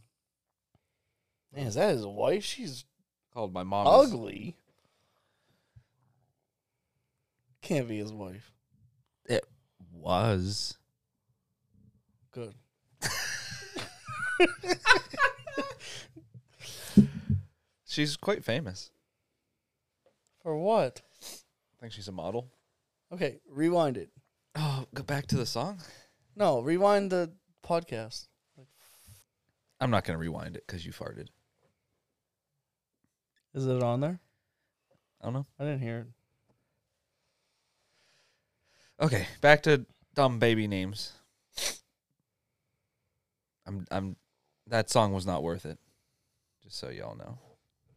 [SPEAKER 3] Man, is that his wife? She's
[SPEAKER 1] called "My Mom." Is-
[SPEAKER 3] ugly. Can't be his wife.
[SPEAKER 1] It was.
[SPEAKER 3] Good.
[SPEAKER 1] She's quite famous.
[SPEAKER 3] For what?
[SPEAKER 1] I think she's a model.
[SPEAKER 3] Okay, rewind it.
[SPEAKER 1] Oh, go back to the song.
[SPEAKER 3] No, rewind the podcast.
[SPEAKER 1] I'm not gonna rewind it because you farted.
[SPEAKER 3] Is it on there?
[SPEAKER 1] I don't know.
[SPEAKER 3] I didn't hear it.
[SPEAKER 1] Okay, back to dumb baby names. I'm I'm that song was not worth it. Just so y'all know.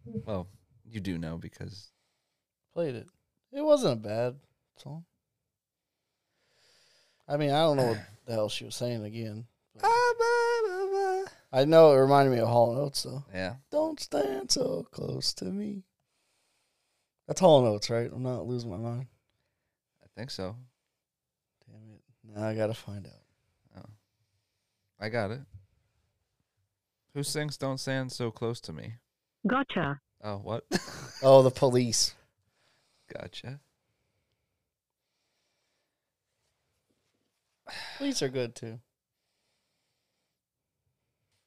[SPEAKER 1] Well, you do know because
[SPEAKER 3] played it. It wasn't a bad song. I mean, I don't know what the hell she was saying again. I know it reminded me of Hall Notes though.
[SPEAKER 1] Yeah.
[SPEAKER 3] Don't stand so close to me. That's Hall Notes, right? I'm not losing my mind.
[SPEAKER 1] I think so.
[SPEAKER 3] Damn it! Now I gotta find out.
[SPEAKER 1] I got it. Who sings Don't Stand So Close to Me?
[SPEAKER 7] Gotcha.
[SPEAKER 1] Oh, what?
[SPEAKER 3] Oh, the police.
[SPEAKER 1] gotcha.
[SPEAKER 3] Police are good too.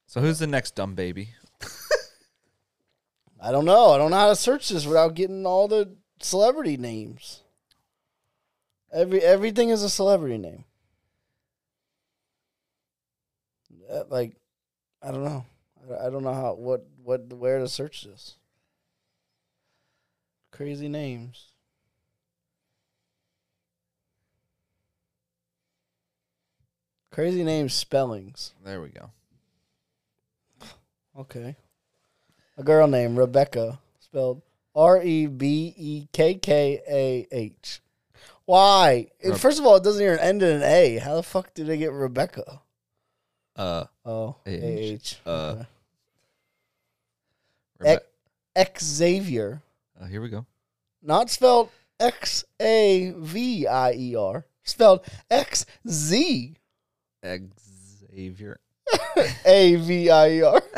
[SPEAKER 1] So who's the next dumb baby?
[SPEAKER 3] I don't know. I don't know how to search this without getting all the celebrity names. Every everything is a celebrity name. Uh, Like, I don't know. I- I don't know how what what where to search this. Crazy names. Crazy name spellings.
[SPEAKER 1] There we go.
[SPEAKER 3] Okay. A girl named Rebecca, spelled R E B E K K A H. Why? It-
[SPEAKER 1] Reb-
[SPEAKER 3] First of all, it doesn't even end in an A. How the fuck did they get Rebecca?
[SPEAKER 1] Uh,
[SPEAKER 3] Oh, A
[SPEAKER 1] A-H.
[SPEAKER 3] H.
[SPEAKER 1] Uh,
[SPEAKER 3] Okay.
[SPEAKER 1] Rebe-
[SPEAKER 3] Ex- Xavier,
[SPEAKER 1] uh here we go.
[SPEAKER 3] not spelled X A V I E R, spelled X Z
[SPEAKER 1] Xavier.
[SPEAKER 3] A V I E R.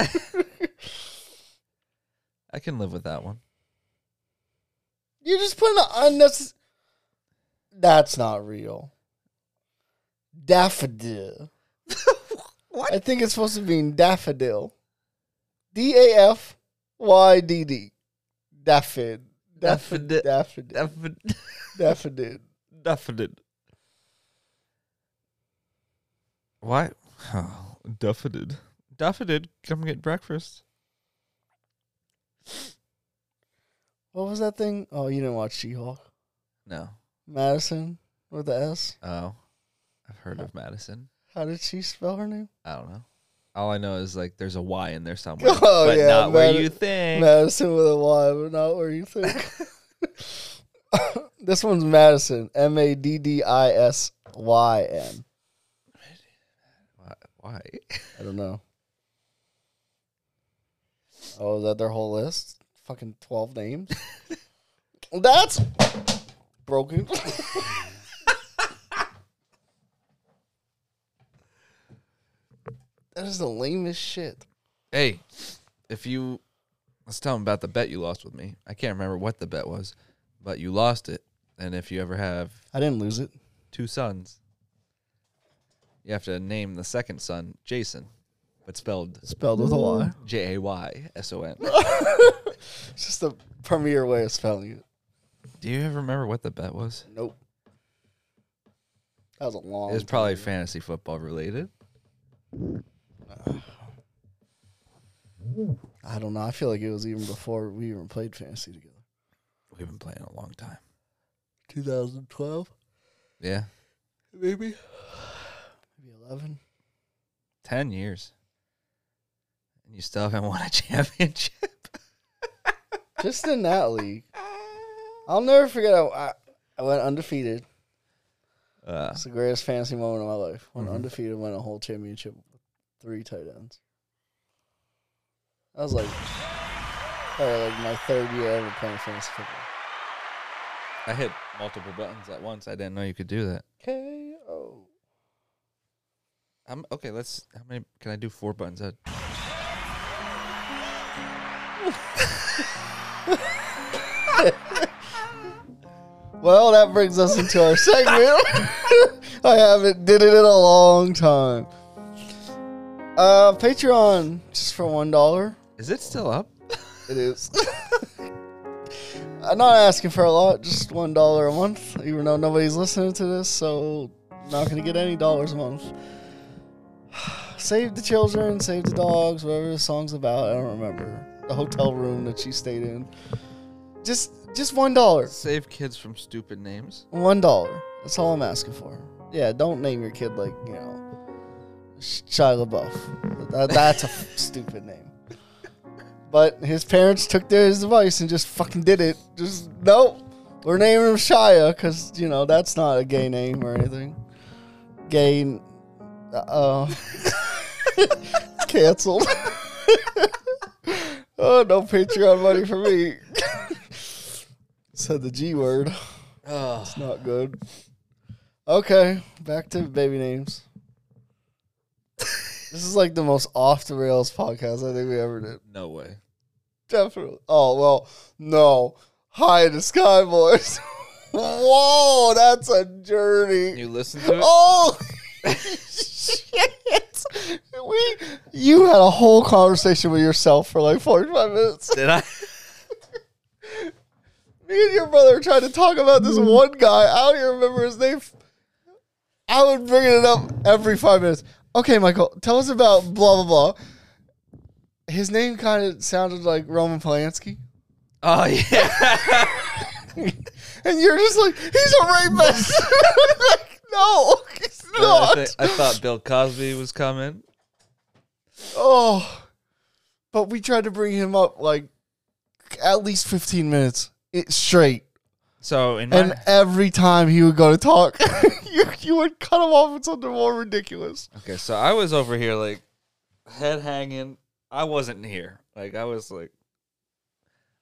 [SPEAKER 1] I can live with that one.
[SPEAKER 3] You're just putting an unnecessary. That's not real. Daffodil. what? I think it's supposed to mean daffodil. D A F Y D D. Daffod. Daffodil.
[SPEAKER 1] Daffodil.
[SPEAKER 3] Daffodil. Daffodil.
[SPEAKER 1] Daffodil. Why? Oh, Daffodil. Daffodil, come get breakfast.
[SPEAKER 3] What was that thing? Oh, you didn't watch She Hulk.
[SPEAKER 1] No.
[SPEAKER 3] Madison with the S.
[SPEAKER 1] Oh. I've heard of Madison.
[SPEAKER 3] How did she spell her name?
[SPEAKER 1] I don't know. All I know is like there's a Y in there somewhere.
[SPEAKER 3] Oh,
[SPEAKER 1] but
[SPEAKER 3] yeah,
[SPEAKER 1] not where
[SPEAKER 3] Madi-
[SPEAKER 1] you think.
[SPEAKER 3] Madison with a Y, but not where you think. this one's Madison. M A D D I S Y N.
[SPEAKER 1] Why?
[SPEAKER 3] I don't know. Oh, is that their whole list? Fucking 12 names? That's broken. That is the lamest shit.
[SPEAKER 1] Hey, if you let's tell them about the bet you lost with me. I can't remember what the bet was, but you lost it. And if you ever have
[SPEAKER 3] I didn't lose it.
[SPEAKER 1] two sons, you have to name the second son Jason, but spelled
[SPEAKER 3] Spelled with a Y.
[SPEAKER 1] J A Y S O N.
[SPEAKER 3] It's just the premier way of spelling it.
[SPEAKER 1] Do you ever remember what the bet was?
[SPEAKER 3] Nope. That was a long.
[SPEAKER 1] It was probably fantasy football related.
[SPEAKER 3] I don't know. I feel like it was even before we even played fantasy together.
[SPEAKER 1] We've been playing a long time.
[SPEAKER 3] 2012,
[SPEAKER 1] Yeah,
[SPEAKER 3] maybe. Maybe 11.
[SPEAKER 1] ten years, and you still haven't won a championship.
[SPEAKER 3] Just in that league. I'll never forget. I, I, I went undefeated.
[SPEAKER 1] Uh,
[SPEAKER 3] It's the greatest fantasy moment of my life. Went undefeated, won a whole championship, with three tight ends. I was like, or like my third year ever playing fantasy football.
[SPEAKER 1] I hit multiple buttons at once. I didn't know you could do that.
[SPEAKER 3] KO.
[SPEAKER 1] I'm okay. Let's. How many can I do? Four buttons. At,
[SPEAKER 3] Well, that brings us into our segment. I haven't did it in a long time. Uh, Patreon just for one dollar.
[SPEAKER 1] is it still up?
[SPEAKER 3] It is. I'm not asking for a lot, just one dollar a month. Even though nobody's listening to this, so not gonna get any dollars a month. save the children, save the dogs, whatever the song's about. I don't remember the hotel room that she stayed in. Just, just one dollar.
[SPEAKER 1] Save kids from stupid names.
[SPEAKER 3] One dollar. That's all I'm asking for. Yeah, don't name your kid like you know Shia LaBeouf. That, that's a f- stupid name. But his parents took their his advice and just fucking did it. Just nope. We're naming him Shia because you know that's not a gay name or anything. Gay. Uh, canceled. oh no, Patreon money for me. Said the G word. It's not good. Okay, back to baby names. this is like the most off the rails podcast I think we ever did.
[SPEAKER 1] No way.
[SPEAKER 3] Definitely. Oh well, no. High in the sky, boys. Whoa, that's a journey.
[SPEAKER 1] You listen to it.
[SPEAKER 3] Oh shit! We, you had a whole conversation with yourself for like forty-five minutes.
[SPEAKER 1] Did I?
[SPEAKER 3] Me and your brother were trying to talk about this
[SPEAKER 1] Mm.
[SPEAKER 3] one guy. I don't even remember his name. I would bring it up every five minutes. Okay, Michael, tell us about blah blah blah. His name kind of sounded like Roman Polanski,
[SPEAKER 1] Oh yeah.
[SPEAKER 3] and you're just like, he's a rapist. like, no, he's
[SPEAKER 1] I,
[SPEAKER 3] not.
[SPEAKER 1] thi- I thought Bill Cosby was coming.
[SPEAKER 3] Oh, but we tried to bring him up like at least fifteen minutes it, straight.
[SPEAKER 1] So in my
[SPEAKER 3] And uh, every time he would go to talk, you, you would cut him off with something more ridiculous.
[SPEAKER 1] Okay, so I was over here like head hanging. I wasn't here. Like I was like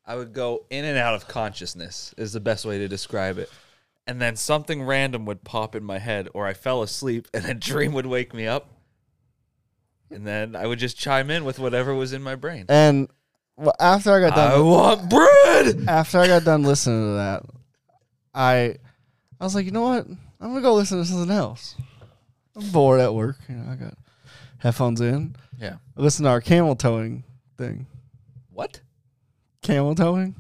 [SPEAKER 1] I would go in and out of consciousness is the best way to describe it. And then something random would pop in my head or I fell asleep and a dream would wake me up. And then I would just chime in with whatever was in my brain.
[SPEAKER 3] And uh, well, after I got
[SPEAKER 1] I
[SPEAKER 3] done,
[SPEAKER 1] want bread.
[SPEAKER 3] after I got done listening to that, I I was like, you know what? I'm gonna go listen to something else. I'm bored at work. You know, I got headphones in.
[SPEAKER 1] Yeah.
[SPEAKER 3] I listen to our camel towing thing.
[SPEAKER 1] What?
[SPEAKER 3] Camel towing.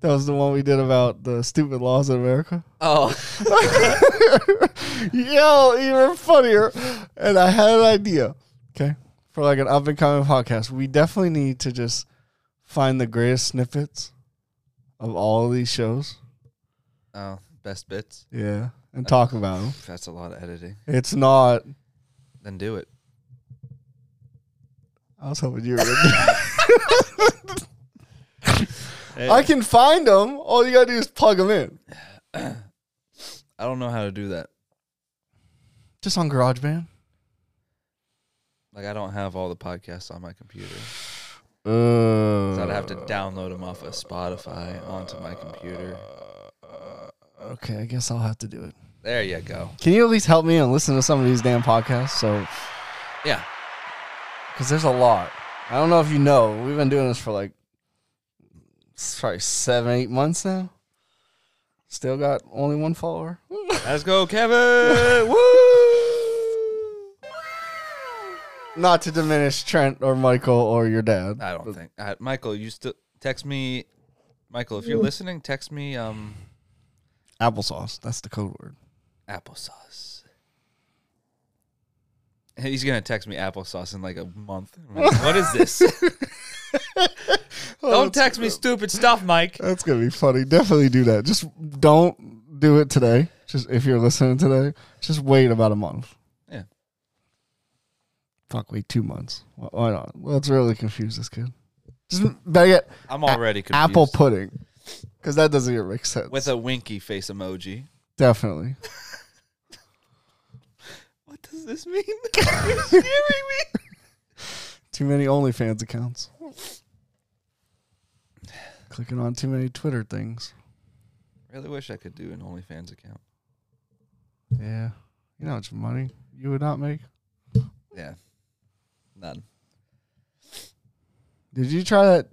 [SPEAKER 3] That was the one we did about the stupid laws of America.
[SPEAKER 1] Oh.
[SPEAKER 3] Yo, even funnier. And I had an idea. Okay. For like an up and coming podcast, we definitely need to just find the greatest snippets of all of these shows.
[SPEAKER 1] oh, best bits.
[SPEAKER 3] Yeah. And talk about them.
[SPEAKER 1] That's a lot of editing.
[SPEAKER 3] It's not.
[SPEAKER 1] Then do it.
[SPEAKER 3] I was hoping you were going to. I can find them. All you got to do is plug them in.
[SPEAKER 1] I don't know how to do that.
[SPEAKER 3] Just on GarageBand.
[SPEAKER 1] Like I don't have all the podcasts on my computer.
[SPEAKER 3] Uh,
[SPEAKER 1] So I'd have to download them off of Spotify onto my computer.
[SPEAKER 3] okay. I guess I'll have to do it.
[SPEAKER 1] There you go.
[SPEAKER 3] Can you at least help me and listen to some of these damn podcasts? So
[SPEAKER 1] Yeah.
[SPEAKER 3] Because there's a lot. I don't know if you know. We've been doing this for like it's probably seven, eight months now. Still got only one follower.
[SPEAKER 1] Let's go, Kevin. Woo!
[SPEAKER 3] Not to diminish Trent or Michael or your dad.
[SPEAKER 1] I don't think uh, Michael. You still text me, Michael. If you're listening, text me. Um,
[SPEAKER 3] Applesauce. That's the code word.
[SPEAKER 1] applesauce. He's gonna text me applesauce in like a month. I'm like, what is this? don't text me stupid stuff, Mike.
[SPEAKER 3] That's gonna be funny. Definitely do that. Just don't do it today. Just if you're listening today, just wait about a month.
[SPEAKER 1] Yeah.
[SPEAKER 3] Fuck, wait two months. Wh- Why not? Let's really confuse this kid. Just better get
[SPEAKER 1] I'm already confused.
[SPEAKER 3] apple pudding, because that doesn't even make sense.
[SPEAKER 1] with a winky face emoji.
[SPEAKER 3] Definitely.
[SPEAKER 1] What does this mean? you're scaring me.
[SPEAKER 3] Too many OnlyFans accounts. Clicking on too many Twitter things.
[SPEAKER 1] Really wish I could do an OnlyFans account.
[SPEAKER 3] Yeah. You know how much money you would not make?
[SPEAKER 1] Yeah, none.
[SPEAKER 3] Did you try that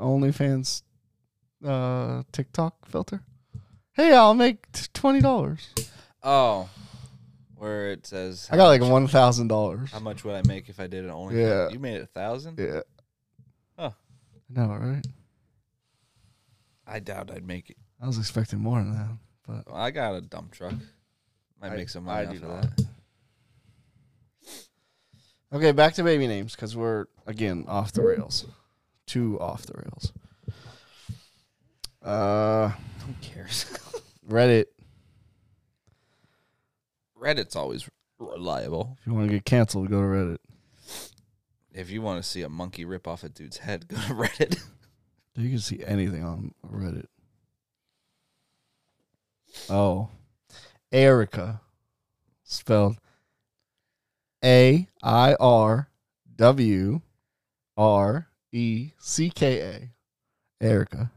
[SPEAKER 3] OnlyFans uh, TikTok filter? Hey, I'll make t- twenty dollars.
[SPEAKER 1] Oh, where it says
[SPEAKER 3] I got like one thousand dollars.
[SPEAKER 1] How much would I make if I did it only?
[SPEAKER 3] Yeah.
[SPEAKER 1] You made it a thousand?
[SPEAKER 3] Yeah.
[SPEAKER 1] Huh.
[SPEAKER 3] I know, right?
[SPEAKER 1] I doubt I'd make it.
[SPEAKER 3] I was expecting more than that, but
[SPEAKER 1] Well, I got a dump truck. Might
[SPEAKER 3] I-
[SPEAKER 1] make some
[SPEAKER 3] I
[SPEAKER 1] money off
[SPEAKER 3] do
[SPEAKER 1] of
[SPEAKER 3] not.
[SPEAKER 1] that.
[SPEAKER 3] okay. Back to baby names because we're again off the rails, too off the rails. Uh,
[SPEAKER 1] Who cares?
[SPEAKER 3] Reddit.
[SPEAKER 1] Reddit's always reliable.
[SPEAKER 3] If you want to get canceled, go to Reddit.
[SPEAKER 1] If you want to see a monkey rip off a dude's head, go to Reddit.
[SPEAKER 3] You can see anything on Reddit. Oh, Erica, spelled A I R W R E C K A. Erica,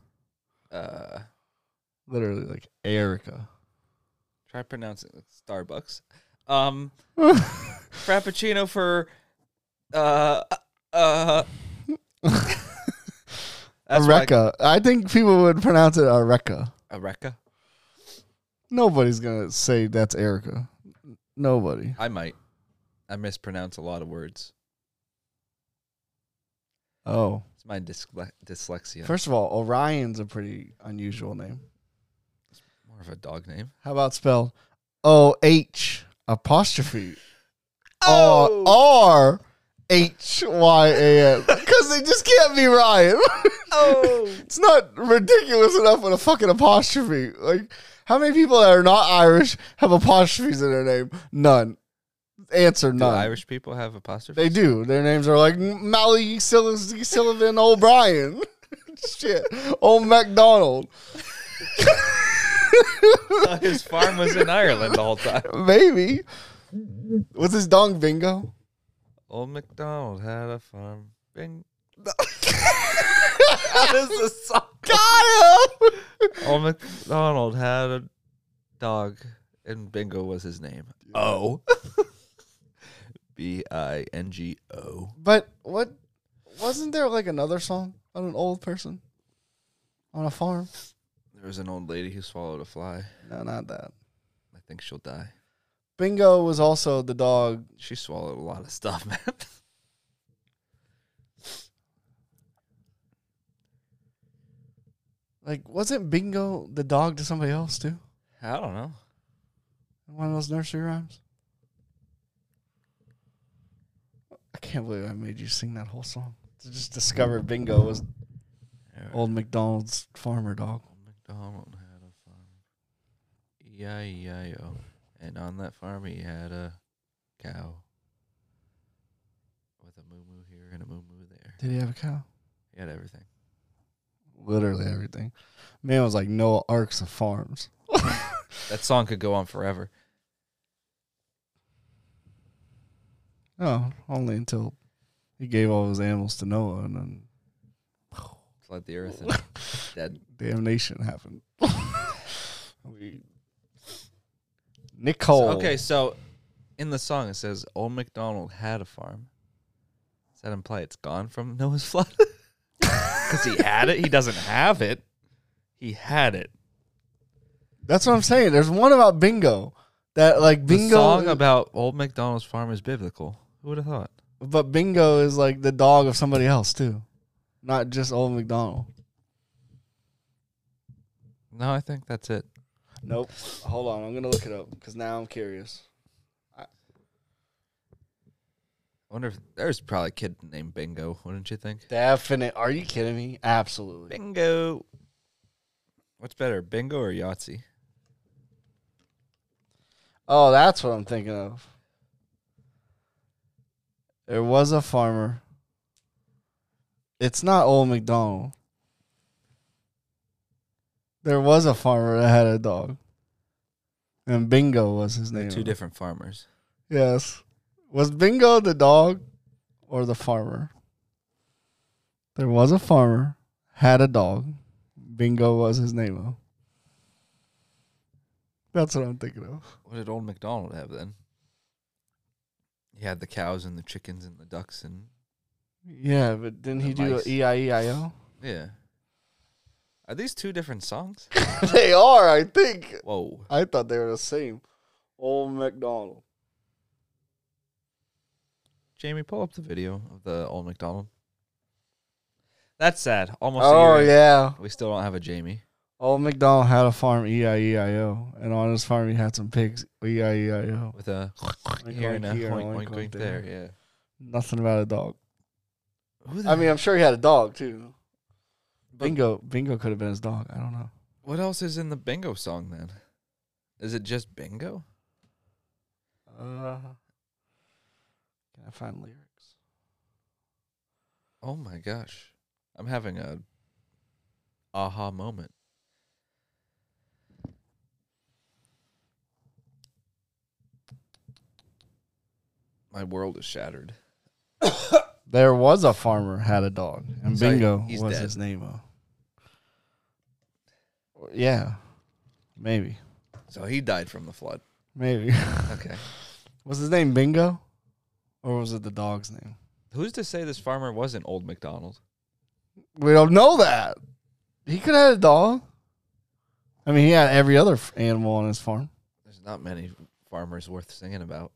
[SPEAKER 1] Uh,
[SPEAKER 3] literally like Erica.
[SPEAKER 1] try pronouncing it. Starbucks. Um, Frappuccino for. Uh, uh, that's why I-
[SPEAKER 3] Eureka. I think people would pronounce it Eureka.
[SPEAKER 1] Eureka.
[SPEAKER 3] Nobody's gonna say that's Erica. Nobody.
[SPEAKER 1] I might. I mispronounce a lot of words.
[SPEAKER 3] Oh,
[SPEAKER 1] It's my dysle- dyslexia.
[SPEAKER 3] first of all, Orion's a pretty unusual name.
[SPEAKER 1] More of a dog name.
[SPEAKER 3] How about spelled O H apostrophe R R H Y A N? Because they just can't be Ryan. oh, it's not ridiculous enough with a fucking apostrophe. Like, how many people that are not Irish have apostrophes in their name? None. Answer
[SPEAKER 1] Do
[SPEAKER 3] none.
[SPEAKER 1] Irish people have apostrophes?
[SPEAKER 3] They do. Their names are like Mally Sulli- Sullivan O'Brien. Shit. Old MacDonald.
[SPEAKER 1] thought his farm was in Ireland the whole time.
[SPEAKER 3] Maybe. What's his dong bingo?
[SPEAKER 1] Old MacDonald had a farm. Bing.
[SPEAKER 3] Got him!
[SPEAKER 1] Old MacDonald had a dog, and Bingo was his name. O. B I N G O.
[SPEAKER 3] But what wasn't there like another song about an old person on a farm?
[SPEAKER 1] There was an old lady who swallowed a fly.
[SPEAKER 3] No, not that.
[SPEAKER 1] I think she'll die.
[SPEAKER 3] Bingo was also the dog.
[SPEAKER 1] She swallowed a lot of stuff, man.
[SPEAKER 3] Like, wasn't Bingo the dog to somebody else too?
[SPEAKER 1] I don't know.
[SPEAKER 3] In one of those nursery rhymes? I can't believe I made you sing that whole song. To just discover Bingo was old McDonald's farmer dog.
[SPEAKER 1] Old MacDonald had a farm. E E-I-E-I-O. And on that farm, he had a cow with a moo moo here and a moo moo there.
[SPEAKER 3] Did he have a cow?
[SPEAKER 1] He had everything.
[SPEAKER 3] Literally everything. Man was like Noah Arks of farms.
[SPEAKER 1] That song could go on forever.
[SPEAKER 3] No, only until he gave all his animals to Noah and then
[SPEAKER 1] Flood the earth and dead.
[SPEAKER 3] damnation happened. we...
[SPEAKER 1] So,
[SPEAKER 3] Nicole.
[SPEAKER 1] okay, so in the song it says Old MacDonald had a farm. Does that imply it's gone from Noah's flood? Because he had it. He doesn't have it. He had it.
[SPEAKER 3] That's what I'm saying. There's one about bingo. That like
[SPEAKER 1] The
[SPEAKER 3] bingo
[SPEAKER 1] song about Old MacDonald's farm is biblical. Who would have thought?
[SPEAKER 3] but bingo is like the dog of somebody else too. Not just old McDonald.
[SPEAKER 1] No, I think that's it.
[SPEAKER 3] Nope. Hold on, I'm gonna look it up because now I'm curious.
[SPEAKER 1] I wonder if there's probably a kid named Bingo, wouldn't you think?
[SPEAKER 3] Definite. Are you kidding me? Absolutely.
[SPEAKER 1] Bingo. What's better, Bingo or Yahtzee?
[SPEAKER 3] Oh, that's what I'm thinking of. There was a farmer. It's not old McDonald. There was a farmer that had a dog. And Bingo was his name.
[SPEAKER 1] Two different farmers.
[SPEAKER 3] Yes. Was Bingo the dog or the farmer? There was a farmer, had a dog. Bingo was his name. That's what I'm thinking of.
[SPEAKER 1] What did Old MacDonald have then? He had the cows and the chickens and the ducks and
[SPEAKER 3] Yeah, but didn't he
[SPEAKER 1] The
[SPEAKER 3] do
[SPEAKER 1] mice.
[SPEAKER 3] E I E I O?
[SPEAKER 1] yeah. Are these two different songs?
[SPEAKER 3] They are, I think.
[SPEAKER 1] Whoa.
[SPEAKER 3] I thought they were the same. Old McDonald.
[SPEAKER 1] Jamie, pull up the video of the Old MacDonald. That's sad. Almost.
[SPEAKER 3] Oh
[SPEAKER 1] a year in,
[SPEAKER 3] yeah.
[SPEAKER 1] We still don't have a Jamie.
[SPEAKER 3] Old McDonald had a farm E I E I O. And on his farm he had some pigs E I E I O.
[SPEAKER 1] with a
[SPEAKER 3] Like
[SPEAKER 1] here and a
[SPEAKER 3] oink here,
[SPEAKER 1] oink,
[SPEAKER 3] oink,
[SPEAKER 1] oink,
[SPEAKER 3] oink
[SPEAKER 1] oink there. Yeah.
[SPEAKER 3] Nothing about a dog.
[SPEAKER 1] Who the
[SPEAKER 3] I mean,
[SPEAKER 1] heck-
[SPEAKER 3] I'm sure he had a dog too.
[SPEAKER 1] But-
[SPEAKER 3] Bingo, bingo could have been his dog. I don't know.
[SPEAKER 1] what else is in the bingo song then? Is it just bingo?
[SPEAKER 3] Uh, can I find lyrics?
[SPEAKER 1] Oh my gosh, I'm having a aha moment. My world is shattered.
[SPEAKER 3] There was a farmer had a dog, and
[SPEAKER 1] So
[SPEAKER 3] Bingo
[SPEAKER 1] he's
[SPEAKER 3] was
[SPEAKER 1] dead.
[SPEAKER 3] his name. uh. Or- Yeah, maybe,
[SPEAKER 1] So he died from the flood.
[SPEAKER 3] maybe.
[SPEAKER 1] Okay.
[SPEAKER 3] was his name Bingo, or was it the dog's name?
[SPEAKER 1] Who's to say this farmer wasn't old McDonald?
[SPEAKER 3] We don't know that. He could have had a dog. I mean, he had every other f- animal on his farm.
[SPEAKER 1] There's not many farmers worth singing about.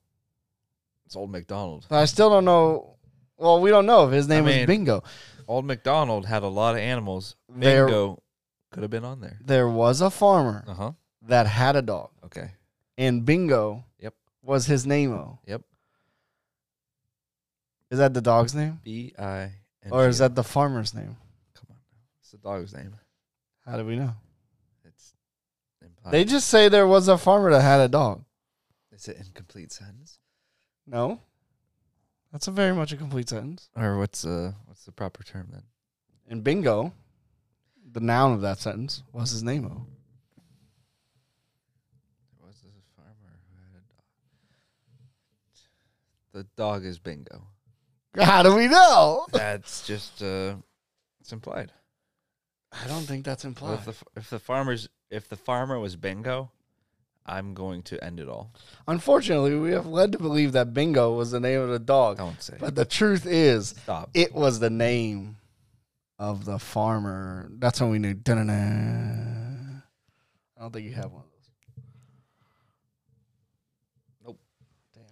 [SPEAKER 1] It's old McDonald.
[SPEAKER 3] I still don't know. Well, we don't know if his name
[SPEAKER 1] mean,
[SPEAKER 3] was Bingo.
[SPEAKER 1] Old McDonald had a lot of animals.
[SPEAKER 3] There-
[SPEAKER 1] Bingo could have been on there.
[SPEAKER 3] There was a farmer
[SPEAKER 1] Uh huh.
[SPEAKER 3] that had a dog,
[SPEAKER 1] Okay.
[SPEAKER 3] and Bingo
[SPEAKER 1] Yep.
[SPEAKER 3] was his name. oh.
[SPEAKER 1] Yep.
[SPEAKER 3] Is that the dog's name,
[SPEAKER 1] B I. N
[SPEAKER 3] or
[SPEAKER 1] G
[SPEAKER 3] is
[SPEAKER 1] O.
[SPEAKER 3] that the farmer's name?
[SPEAKER 1] Come on. now. It's the dog's name.
[SPEAKER 3] How do we know?
[SPEAKER 1] It's implied.
[SPEAKER 3] They just say there was a farmer that had a dog.
[SPEAKER 1] It's an incomplete sentence.
[SPEAKER 3] No, that's a very much a complete sentence.
[SPEAKER 1] Or what's uh what's the proper term then?
[SPEAKER 3] And Bingo, the noun of that sentence was his name.
[SPEAKER 1] There was this farmer who had a dog. The dog is Bingo.
[SPEAKER 3] How do we know?
[SPEAKER 1] That's just uh, it's implied.
[SPEAKER 3] I don't think that's
[SPEAKER 1] Well,
[SPEAKER 3] implied.
[SPEAKER 1] if the f- if the farmer's if the farmer was Bingo, I'm going to end it all.
[SPEAKER 3] Unfortunately, we have led to believe that Bingo was the name of the dog.
[SPEAKER 1] Don't say.
[SPEAKER 3] But the truth is,
[SPEAKER 1] Stop.
[SPEAKER 3] it was the name of the farmer. That's when we knew. Dun-dun-dun. I don't think you have one of those.
[SPEAKER 1] Nope.
[SPEAKER 3] Damn.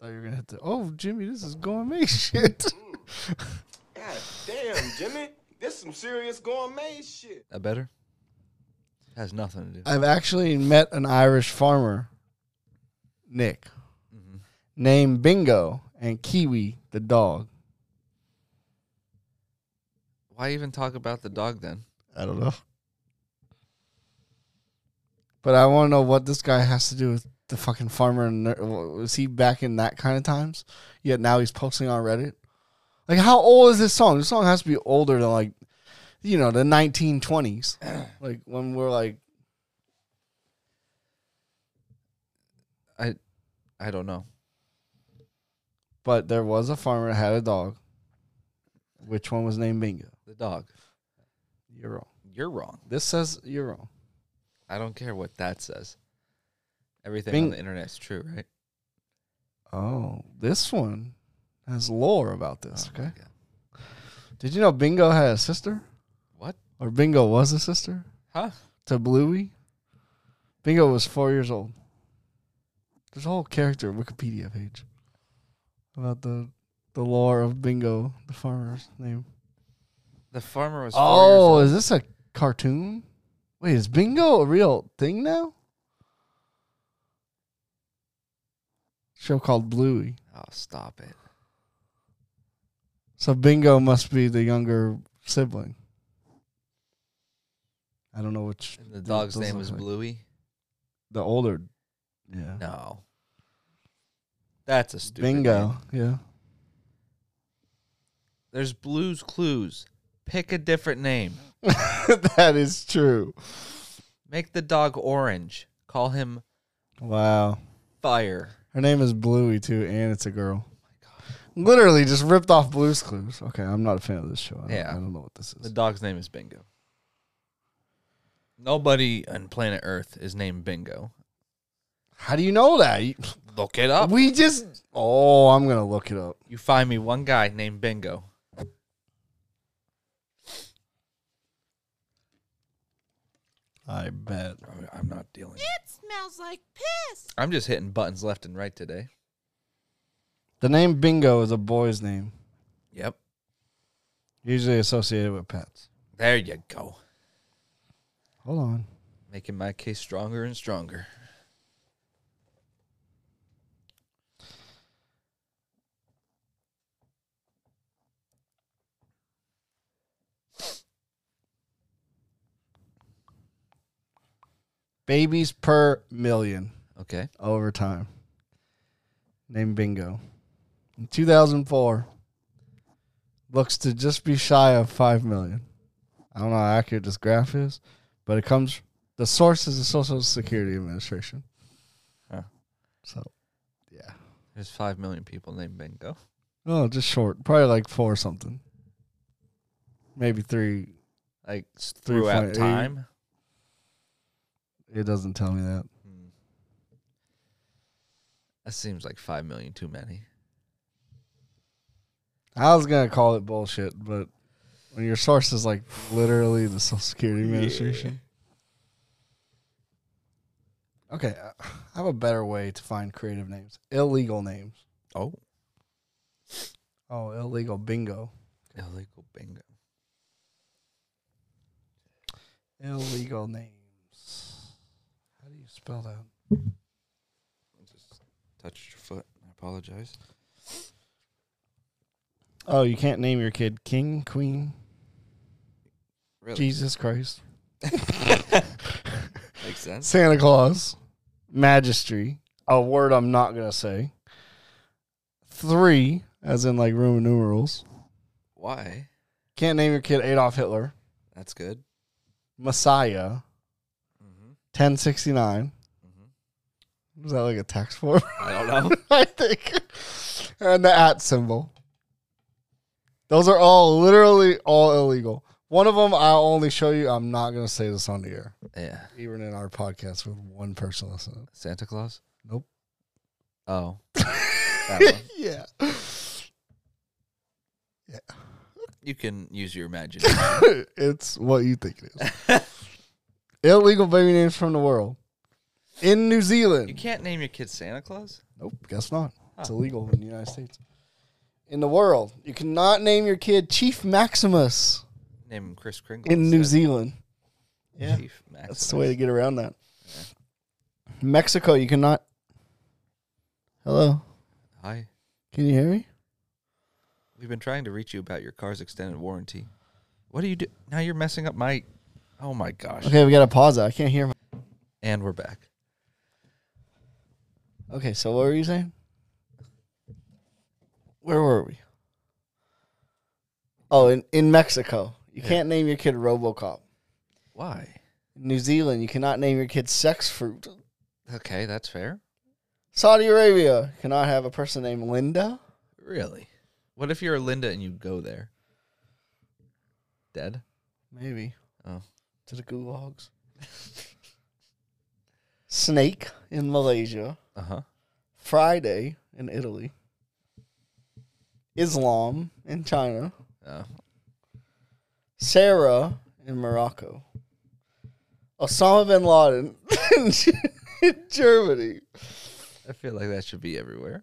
[SPEAKER 3] Thought you were gonna hit the. Oh, Jimmy, this is gourmet shit.
[SPEAKER 7] God damn, Jimmy. This some serious gourmet shit.
[SPEAKER 1] That better? Has nothing to do.
[SPEAKER 3] I've actually met an Irish farmer, Nick, named Bingo and Kiwi the dog.
[SPEAKER 1] Why even talk about the dog then?
[SPEAKER 3] I don't know. But I want to know what this guy has to do with the fucking farmer. And ner- was he back in that kind of times? Yet now he's posting on Reddit. Like, how old is this song? This song has to be older than like, you know, the 1920s. like when we're like,
[SPEAKER 1] I I don't know.
[SPEAKER 3] but there was a farmer that had a dog. Which one was named Bingo?
[SPEAKER 1] The dog.
[SPEAKER 3] You're wrong.
[SPEAKER 1] You're wrong.
[SPEAKER 3] This says you're wrong.
[SPEAKER 1] I don't care what that says. Everything on
[SPEAKER 3] Bing-
[SPEAKER 1] the internet's true, right?
[SPEAKER 3] Oh, This one has lore about this.
[SPEAKER 1] Oh,
[SPEAKER 3] Okay. Did you know Bingo had a sister,
[SPEAKER 1] What?
[SPEAKER 3] or Bingo was a sister
[SPEAKER 1] Huh?
[SPEAKER 3] to Bluey? Bingo was four years old. There's a whole character Wikipedia page about the the lore of Bingo, the farmer's name.
[SPEAKER 1] The farmer was. four years
[SPEAKER 3] Oh,
[SPEAKER 1] old.
[SPEAKER 3] is this a cartoon? Wait, is Bingo a real thing now? Show called Bluey.
[SPEAKER 1] Oh, stop it.
[SPEAKER 3] So Bingo must be the younger sibling. I don't know which.
[SPEAKER 1] And the dog's
[SPEAKER 3] those
[SPEAKER 1] name
[SPEAKER 3] look
[SPEAKER 1] was
[SPEAKER 3] like-
[SPEAKER 1] Bluey.
[SPEAKER 3] The older. Yeah.
[SPEAKER 1] No. That's a stupid.
[SPEAKER 3] Bingo.
[SPEAKER 1] name.
[SPEAKER 3] Yeah.
[SPEAKER 1] There's Blue's Clues. Pick a different name.
[SPEAKER 3] that is true.
[SPEAKER 1] Make the dog orange. Call him
[SPEAKER 3] Wow.
[SPEAKER 1] Fire.
[SPEAKER 3] Her name is Bluey too, and it's a girl.
[SPEAKER 1] Oh
[SPEAKER 3] Literally just ripped off Blue's Clues. Okay, I'm not a fan of this show. I don't,
[SPEAKER 1] Yeah.
[SPEAKER 3] I don't know what this
[SPEAKER 1] The
[SPEAKER 3] is.
[SPEAKER 1] dog's name is Bingo. Nobody on planet Earth is named Bingo.
[SPEAKER 3] How do you know that? You-
[SPEAKER 1] Look it up.
[SPEAKER 3] We just. Oh, I'm gonna look it up.
[SPEAKER 1] You find me one guy named Bingo.
[SPEAKER 3] I bet.
[SPEAKER 1] I'm not dealing.
[SPEAKER 4] smells like piss.
[SPEAKER 1] I'm just hitting buttons left and right today.
[SPEAKER 3] The name Bingo is a boy's name,
[SPEAKER 1] Yep.
[SPEAKER 3] usually associated with pets.
[SPEAKER 1] There you go.
[SPEAKER 3] Hold on.
[SPEAKER 1] Making my case stronger and stronger.
[SPEAKER 3] Babies per million
[SPEAKER 1] Okay.
[SPEAKER 3] over time. Named Bingo. In 2004, looks to just be shy of 5 million. I don't know how accurate this graph is, but it comes, the source is the Social Security Administration.
[SPEAKER 1] Huh.
[SPEAKER 3] So, yeah.
[SPEAKER 1] There's five million people named Bingo.
[SPEAKER 3] No, oh, just short. Probably like four something. Maybe three.
[SPEAKER 1] Like s-
[SPEAKER 3] Three
[SPEAKER 1] throughout
[SPEAKER 3] point eight.
[SPEAKER 1] time.
[SPEAKER 3] It doesn't tell me that.
[SPEAKER 1] That seems like five million too many.
[SPEAKER 3] I was gonna call it bullshit, but when your source is like literally the Social Security Administration. Okay, I I have a better way to find creative names. Illegal names.
[SPEAKER 1] Oh.
[SPEAKER 3] Oh, illegal bingo.
[SPEAKER 1] Illegal Bingo.
[SPEAKER 3] Illegal names. How do you spell that?
[SPEAKER 1] Touched your foot. I apologize.
[SPEAKER 3] Oh, you can't name your kid King, Queen,
[SPEAKER 1] Really?
[SPEAKER 3] Jesus Christ,
[SPEAKER 1] Makes sense.
[SPEAKER 3] Santa Claus, Magistry, a word I'm not going to say. Three, as in like Roman numerals.
[SPEAKER 1] Why?
[SPEAKER 3] Can't name your kid Adolf Hitler,
[SPEAKER 1] That's good.
[SPEAKER 3] Messiah, 1069. Was that like a tax form?
[SPEAKER 1] I don't know.
[SPEAKER 3] I think. And the at symbol. Those are all literally all illegal. One of them I'll only show you. I'm not going to say this on the air,
[SPEAKER 1] yeah.
[SPEAKER 3] even in our podcast with one person listening.
[SPEAKER 1] Santa Claus?
[SPEAKER 3] Nope.
[SPEAKER 1] Oh. That one.
[SPEAKER 3] Yeah.
[SPEAKER 1] You can use your imagination.
[SPEAKER 3] it's what you think it is. Illegal baby names from the world. In New Zealand.
[SPEAKER 1] you can't name your kid Santa Claus?
[SPEAKER 3] Nope, guess not. It's illegal in the United States. In the world, you cannot name your kid Chief Maximus
[SPEAKER 1] Name him Chris Kringle.
[SPEAKER 3] in New
[SPEAKER 1] instead.
[SPEAKER 3] Zealand. Yeah.
[SPEAKER 1] Chief Max.
[SPEAKER 3] That's the way to get around that. Mexico, you cannot. Hello,
[SPEAKER 1] Hi.
[SPEAKER 3] can you hear me?
[SPEAKER 1] We've been trying to reach you about your car's extended warranty. What do you do? Now you're messing up my. Oh my gosh.
[SPEAKER 3] Okay, we gotta pause that. I can't hear. My...
[SPEAKER 1] And we're back.
[SPEAKER 3] Okay, so what were you saying? Where were we? Oh, in, in Mexico, you can't name your kid RoboCop.
[SPEAKER 1] Why?
[SPEAKER 3] In New Zealand, you cannot name your kid Sex Fruit.
[SPEAKER 1] Okay, that's fair.
[SPEAKER 3] Saudi Arabia cannot have a person named Linda.
[SPEAKER 1] Really? What if you're a Linda and you go there? Dead?
[SPEAKER 3] Maybe.
[SPEAKER 1] Oh.
[SPEAKER 3] To the gulags. Snake in Malaysia.
[SPEAKER 1] Uh huh.
[SPEAKER 3] Friday in Italy. Islam in China,
[SPEAKER 1] Uh,
[SPEAKER 3] Sarah in Morocco, Osama bin Laden in Ge- in Germany,
[SPEAKER 1] I feel like that should be everywhere.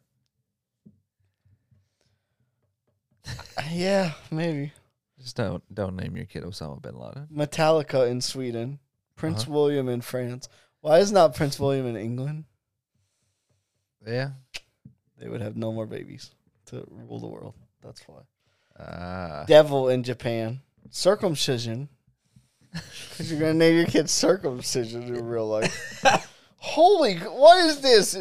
[SPEAKER 3] yeah, maybe
[SPEAKER 1] Just don't don't name your kid Osama bin Laden.
[SPEAKER 3] Metallica in Sweden, Prince William in France. Why is not Prince William in England?
[SPEAKER 1] Yeah.
[SPEAKER 3] They would have no more babies to rule the world. That's why.
[SPEAKER 1] Ah.
[SPEAKER 3] Devil in Japan, circumcision. Because you're gonna name your kid circumcision in real life. Holy, g- what is this?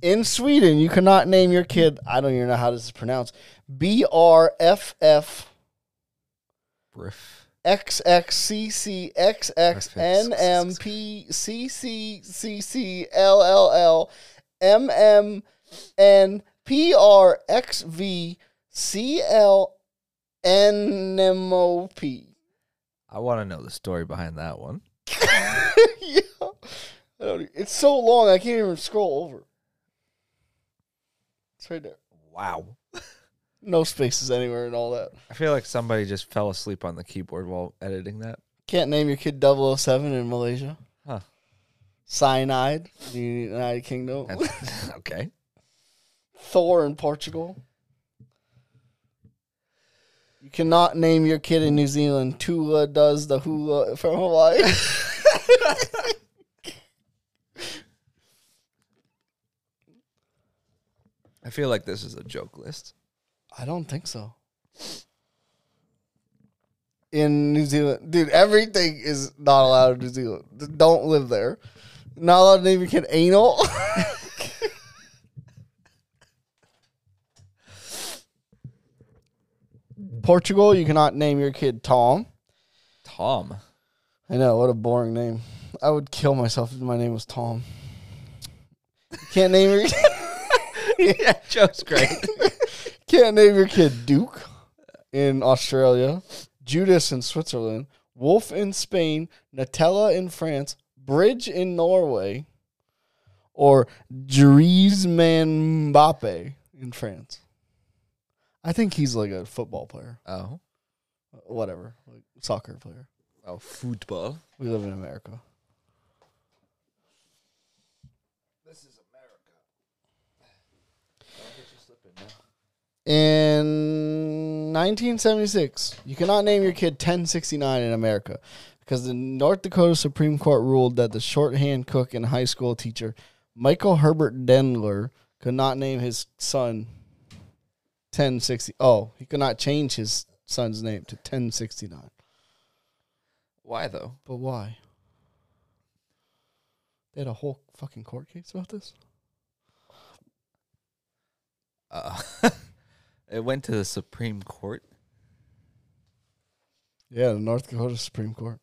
[SPEAKER 3] In Sweden, you cannot name your kid. I don't even know how this is pronounced. B R F F
[SPEAKER 1] briff.
[SPEAKER 3] X X C C X X N M P C C C C L L L M M N P R X V C L N M O P.
[SPEAKER 1] I want to know the story behind that one.
[SPEAKER 3] Yeah. I don't- e, It's so long, I can't even scroll over. It's right there.
[SPEAKER 1] Wow.
[SPEAKER 3] No spaces anywhere and all that.
[SPEAKER 1] I feel like somebody just fell asleep on the keyboard while editing that.
[SPEAKER 3] Can't name your kid 007 in Malaysia.
[SPEAKER 1] Huh.
[SPEAKER 3] Cyanide, the United Kingdom.
[SPEAKER 1] That's- okay.
[SPEAKER 3] Thor in Portugal. You cannot name your kid in New Zealand Tula does the hula from Hawaii.
[SPEAKER 1] I feel like this is a joke list.
[SPEAKER 3] I don't think so. In New Zealand, dude, everything is not allowed in New Zealand. D- Don't live there. Not allowed to name your kid anal. Portugal, you cannot name your kid Tom.
[SPEAKER 1] Tom.
[SPEAKER 3] I know, what a boring name. I would kill myself if my name was Tom. You can't name your
[SPEAKER 1] yeah, joke's great.
[SPEAKER 3] can't name your kid Duke in Australia, Judas in Switzerland, Wolf in Spain, Nutella in France, Bridge in Norway, or Griezmann Mbappe in France. I think he's like a football player,
[SPEAKER 1] oh.
[SPEAKER 3] whatever, like soccer player.
[SPEAKER 1] Oh, football.
[SPEAKER 3] We live in America. This is America. In 1976, you cannot name your kid 1069 in America because the North Dakota Supreme Court ruled that the shorthand cook and high school teacher Michael Herbert Dendler could not name his son 1060. Oh, he could not change his son's name to 1069.
[SPEAKER 1] Why though?
[SPEAKER 3] But why? They had a whole fucking court case about this?
[SPEAKER 1] Uh, it went to the Supreme Court.
[SPEAKER 3] Yeah, the North Dakota Supreme Court.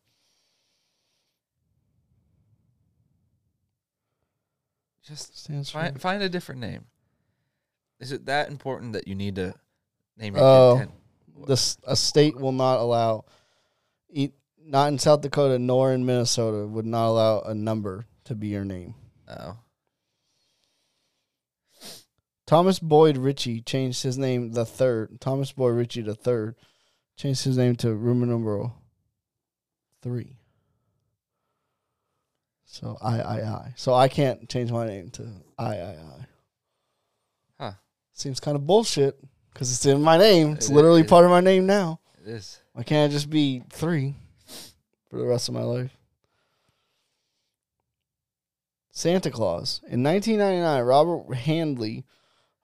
[SPEAKER 1] Just
[SPEAKER 3] Stands for
[SPEAKER 1] find find a different name. Is it that important that you need to name your
[SPEAKER 3] Oh.
[SPEAKER 1] kid? Ten?
[SPEAKER 3] the s- a state will not allow e- not in South Dakota nor in Minnesota would not allow a number to be your name.
[SPEAKER 1] Oh,
[SPEAKER 3] Thomas Boyd Ritchie changed his name the third. Thomas Boyd Ritchie the third changed his name to Roman numeral three. So I I I. So I can't change my name to I I I.
[SPEAKER 1] Huh.
[SPEAKER 3] Seems kind of bullshit because it's in my name. It's
[SPEAKER 1] It-
[SPEAKER 3] literally
[SPEAKER 1] it-
[SPEAKER 3] part of my name now.
[SPEAKER 1] it is.
[SPEAKER 3] Why can't I just be three for the rest of my life? Santa Claus. In 1999, Robert Handley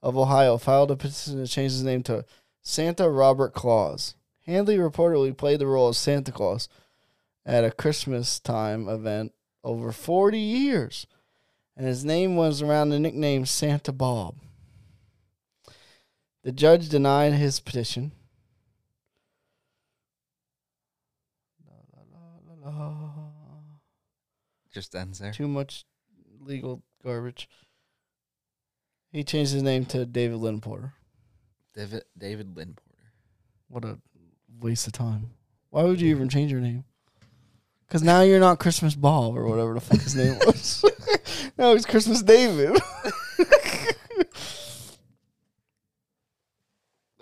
[SPEAKER 3] of Ohio filed a petition to change his name to Santa Robert Claus. Handley reportedly played the role of Santa Claus at a Christmas time event over 40 years, and his name was around the nickname Santa Bob. The judge denied his petition.
[SPEAKER 1] Just ends there.
[SPEAKER 3] Too much legal garbage. He changed his name to David Lynn Porter.
[SPEAKER 1] David David Lynn Porter.
[SPEAKER 3] What a waste of time. Why would you even change your name? Because now you're not Christmas Bob or whatever the fuck his name was. now he's Christmas David.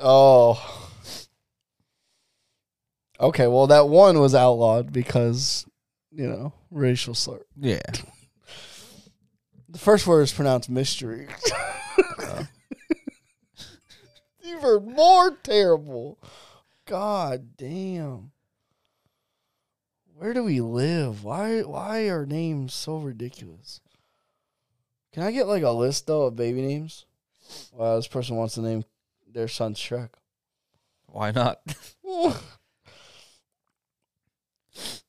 [SPEAKER 3] Oh. Okay, well that one was outlawed because, you know, racial slur.
[SPEAKER 1] Yeah.
[SPEAKER 3] The first word is pronounced mystery. You've heard more terrible. God damn. Where do we live? Why why are names so ridiculous? Can I get like a list though of baby names? Well, this person wants to name their son Shrek.
[SPEAKER 1] Why not? It's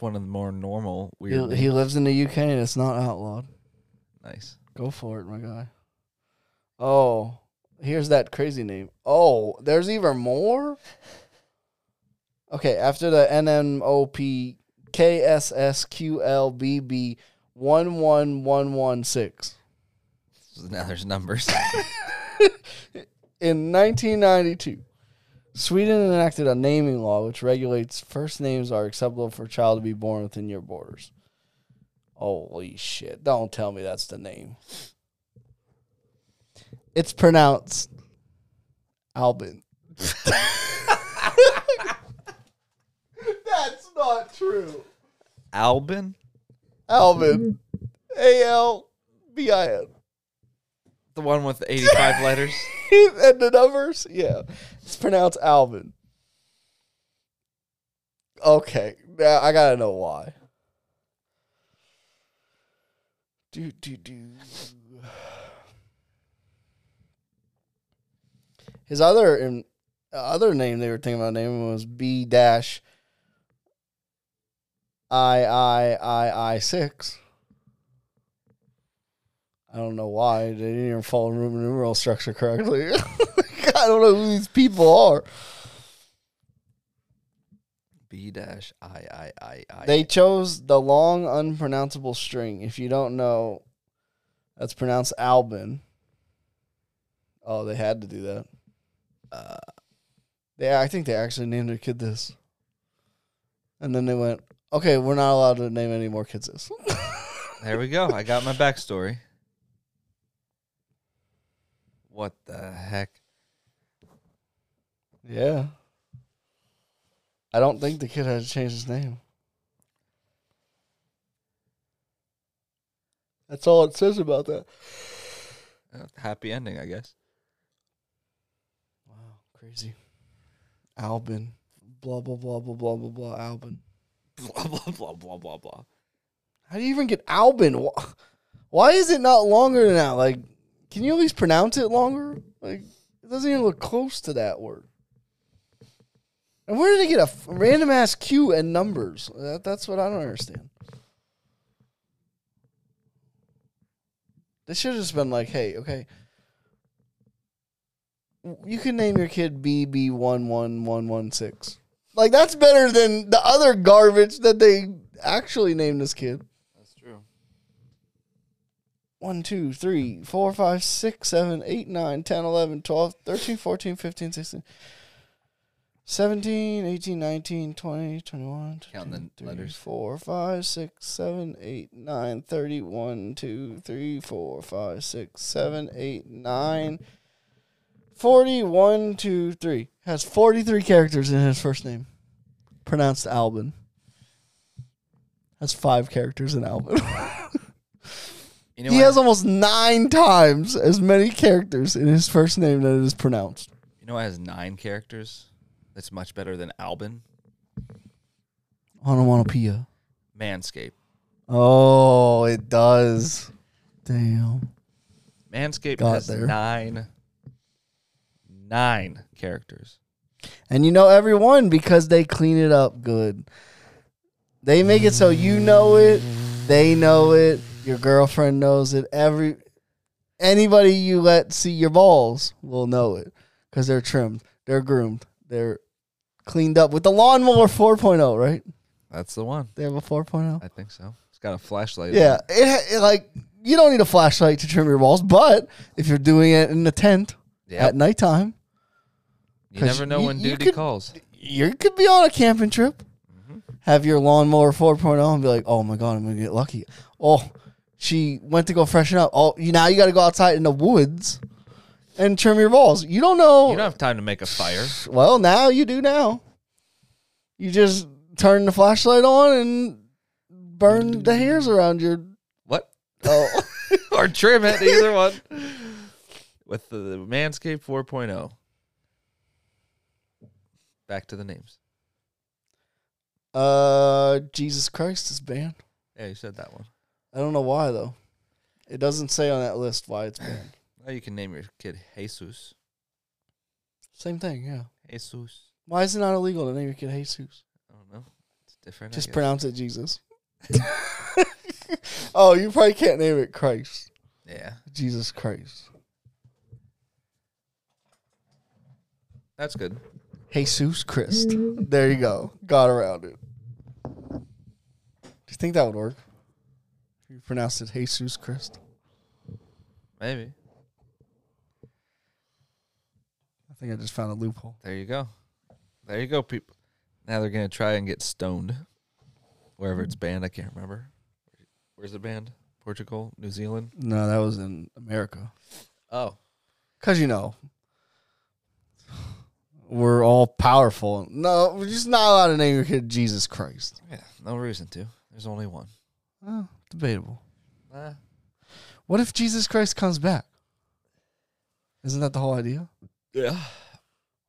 [SPEAKER 1] one of the more normal weird.
[SPEAKER 3] he, he lives in the UK and it's not outlawed.
[SPEAKER 1] nice.
[SPEAKER 3] Go for it, my guy. Oh, here's that crazy name. Oh, there's even more? Okay, after the NMOP KSSQLBB 11116.
[SPEAKER 1] So now there's numbers.
[SPEAKER 3] In 1992, Sweden enacted a naming law which regulates first names are acceptable for a child to be born within your borders. Holy shit. Don't tell me that's the name. It's pronounced Albin. that's not true.
[SPEAKER 1] Albin,
[SPEAKER 3] Albin. A L B I N.
[SPEAKER 1] the one with 85 letters.
[SPEAKER 3] and the numbers. Yeah, it's pronounced Alvin. Okay, now I gotta know why. Do do do. His other and other name they were thinking about naming was B dash. I I I I six. I don't know why they didn't even follow Roman numeral structure correctly. I don't know who these people are.
[SPEAKER 1] B dash I I I I.
[SPEAKER 3] They chose the long, unpronounceable string. If you don't know, that's pronounced Albin. Oh, they had to do that. Uh, yeah, I think they actually named their kid this. And then they went, okay, we're not allowed to name any more kids this.
[SPEAKER 1] There we go. I got my backstory. What the heck?
[SPEAKER 3] yeah. I don't think the kid had to change his name. That's all it says about that.
[SPEAKER 1] Uh, happy ending, I guess.
[SPEAKER 3] Wow, crazy. Albin. Blah blah blah blah blah blah blah Albin.
[SPEAKER 1] Blah blah blah blah blah blah.
[SPEAKER 3] How do you even get Albin? Wh- Why is it not longer than that? Like, can you at least pronounce it longer? Like, it doesn't even look close to that word. And where did they get a f- random ass Q and numbers? That, that's what I don't understand. They should have just been like, hey, okay. You can name your kid BB11116. Like, that's better than the other garbage that they actually named this kid
[SPEAKER 1] That's true.
[SPEAKER 3] one, two, three, four, five, six, seven, eight, nine, ten, eleven, twelve, thirteen, fourteen, fifteen, sixteen, seventeen, eighteen, nineteen, twenty, twenty-one,
[SPEAKER 1] Count the
[SPEAKER 3] 22,
[SPEAKER 1] letters.
[SPEAKER 3] four, five, six, seven, eight, nine, thirty, one, two, three, four, five, six, seven, eight, nine, forty, one, two, three. Has 43 characters in his first name. Pronounced Albin. Has five characters in Albin.
[SPEAKER 1] You know
[SPEAKER 3] He
[SPEAKER 1] what?
[SPEAKER 3] has almost nine times as many characters in his first name that it is pronounced.
[SPEAKER 1] you know what has nine characters? That's much better than Albin.
[SPEAKER 3] Onomatopoeia.
[SPEAKER 1] Manscaped.
[SPEAKER 3] Oh, it does. Damn.
[SPEAKER 1] Manscaped
[SPEAKER 3] Got
[SPEAKER 1] has
[SPEAKER 3] there.
[SPEAKER 1] nine, nine characters.
[SPEAKER 3] And you know everyone because they clean it up good. They make it so you know it, they know it, your girlfriend knows it. Every anybody you let see your balls will know it because they're trimmed, they're groomed, they're cleaned up with the lawnmower 4.0, right?
[SPEAKER 1] That's the one.
[SPEAKER 3] They have a oh? 4.0.
[SPEAKER 1] I think so. It's got a flashlight. on
[SPEAKER 3] Yeah,
[SPEAKER 1] it.
[SPEAKER 3] it, it like you don't need a flashlight to trim your balls, but if you're doing it in the tent
[SPEAKER 1] Yep.
[SPEAKER 3] at nighttime,
[SPEAKER 1] You
[SPEAKER 3] 'cause
[SPEAKER 1] never know
[SPEAKER 3] you-
[SPEAKER 1] when
[SPEAKER 3] you
[SPEAKER 1] duty
[SPEAKER 3] could-
[SPEAKER 1] calls.
[SPEAKER 3] you could be on a camping trip, have your lawnmower 4.0 and be like, "Oh my god, I'm going to get lucky." Oh, she went to go freshen up. Oh, you now you got to go outside in the woods and trim your balls. You don't know.
[SPEAKER 1] You don't have time to make a fire.
[SPEAKER 3] well, now you do now. You just turn the flashlight on and burn the hairs around your.
[SPEAKER 1] What?
[SPEAKER 3] Oh,
[SPEAKER 1] or trim it, either one. With the, the Manscaped 4.0. Back to the names.
[SPEAKER 3] uh, Jesus Christ is banned.
[SPEAKER 1] Yeah, you said that one.
[SPEAKER 3] I don't know why though. It doesn't say on that list why it's banned.
[SPEAKER 1] Now you can name your kid Jesus.
[SPEAKER 3] Same thing, yeah.
[SPEAKER 1] Jesus.
[SPEAKER 3] Why is it not illegal to name your kid Jesus?
[SPEAKER 1] I don't know. It's different. I
[SPEAKER 3] Just
[SPEAKER 1] guess.
[SPEAKER 3] pronounce it Jesus. oh, you probably can't name it Christ.
[SPEAKER 1] Yeah.
[SPEAKER 3] Jesus Christ.
[SPEAKER 1] That's good.
[SPEAKER 3] Jesus Christ. There you go. Got around it. Do you think that would work? You pronounced it Jesus Christ.
[SPEAKER 1] Maybe.
[SPEAKER 3] I think I just found a loophole.
[SPEAKER 1] There you go. There you go, people. Now they're gonna try and get stoned. Wherever it's banned, I can't remember. Where's the band? Portugal, New Zealand.
[SPEAKER 3] No, that was in America.
[SPEAKER 1] Oh,
[SPEAKER 3] Because, you know, we're all powerful. No, we're just not allowed to name your kid Jesus Christ.
[SPEAKER 1] yeah. No reason to. There's only one.
[SPEAKER 3] Oh, debatable.
[SPEAKER 1] Uh,
[SPEAKER 3] What if Jesus Christ comes back? Isn't that the whole idea?
[SPEAKER 1] yeah.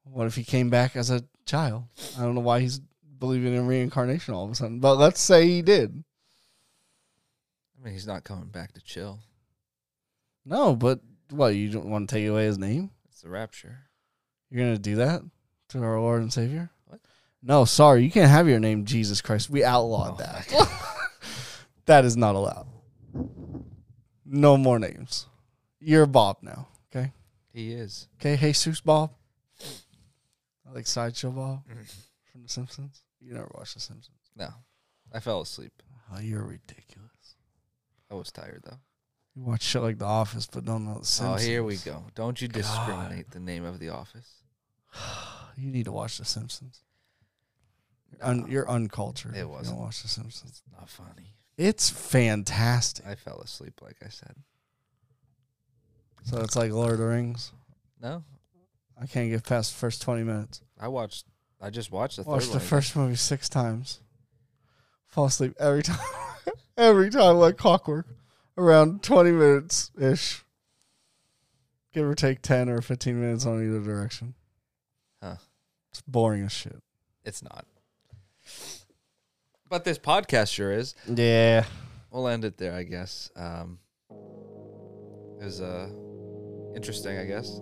[SPEAKER 3] What if he came back as a child? I don't know why he's believing in reincarnation all of a sudden, but let's say he did.
[SPEAKER 1] I mean, he's not coming back to chill.
[SPEAKER 3] No, but what? You don't want to take away his name?
[SPEAKER 1] It's the rapture.
[SPEAKER 3] You're going to do that to our Lord and Savior?
[SPEAKER 1] What?
[SPEAKER 3] No, sorry. You can't have your name Jesus Christ. We outlawed that. that is not allowed. No more names. You're Bob now, okay?
[SPEAKER 1] He is.
[SPEAKER 3] Okay, Jesus Bob. I like Sideshow Bob
[SPEAKER 1] Mm.
[SPEAKER 3] from The Simpsons. You never watched The Simpsons.
[SPEAKER 1] No, I fell asleep.
[SPEAKER 3] Oh, you're ridiculous.
[SPEAKER 1] I was tired though.
[SPEAKER 3] You watch shit like The Office, but don't know The Simpsons.
[SPEAKER 1] Oh, here we go. Don't you discriminate the name of the office.
[SPEAKER 3] You need to watch The Simpsons. Un- you're uncultured.
[SPEAKER 1] It
[SPEAKER 3] It was.
[SPEAKER 1] wasn't.
[SPEAKER 3] Don't watch The Simpsons.
[SPEAKER 1] Not funny.
[SPEAKER 3] It's fantastic.
[SPEAKER 1] I fell asleep, like I said.
[SPEAKER 3] So it's like Lord of the Rings.
[SPEAKER 1] No,
[SPEAKER 3] I can't get past the first 20 minutes.
[SPEAKER 1] I watched. I just watched the
[SPEAKER 3] Watched
[SPEAKER 1] third
[SPEAKER 3] the
[SPEAKER 1] one.
[SPEAKER 3] first movie six times. Fall asleep every time. every time like clockwork. Around twenty minutes ish. Give or take ten or fifteen minutes on either direction.
[SPEAKER 1] Huh.
[SPEAKER 3] It's boring as shit.
[SPEAKER 1] It's not. But this podcast sure is.
[SPEAKER 3] Yeah.
[SPEAKER 1] We'll end it there, I guess. Um, it was uh, interesting, I guess.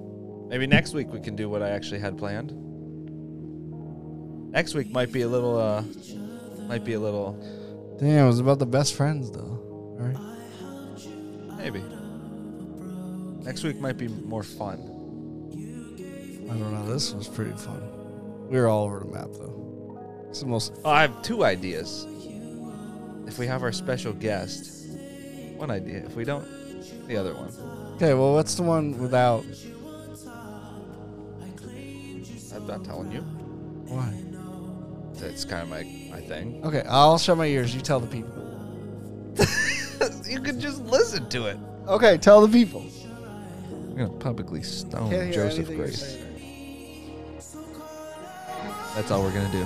[SPEAKER 1] Maybe next week we can do what I actually had planned. Next week might be a little, uh, might be a little,
[SPEAKER 3] Damn, it was about the best friends though. Right?
[SPEAKER 1] maybe. Next week might be more fun.
[SPEAKER 3] I don't know. This was pretty fun. We were all over the map though. It's the most
[SPEAKER 1] Oh, I have two ideas. If we have our special guest, one idea. If we don't, the other one.
[SPEAKER 3] Okay, well what's the one without
[SPEAKER 1] I'm not telling you.
[SPEAKER 3] why?
[SPEAKER 1] That's kind of my, my thing.
[SPEAKER 3] Okay, I'll shut my ears, you tell the people.
[SPEAKER 1] you can just listen to it.
[SPEAKER 3] Okay, tell the people.
[SPEAKER 1] I'm gonna publicly stone
[SPEAKER 3] Can't hear
[SPEAKER 1] Joseph
[SPEAKER 3] anything you're
[SPEAKER 1] Grace.
[SPEAKER 3] saying.
[SPEAKER 1] That's all we're gonna do.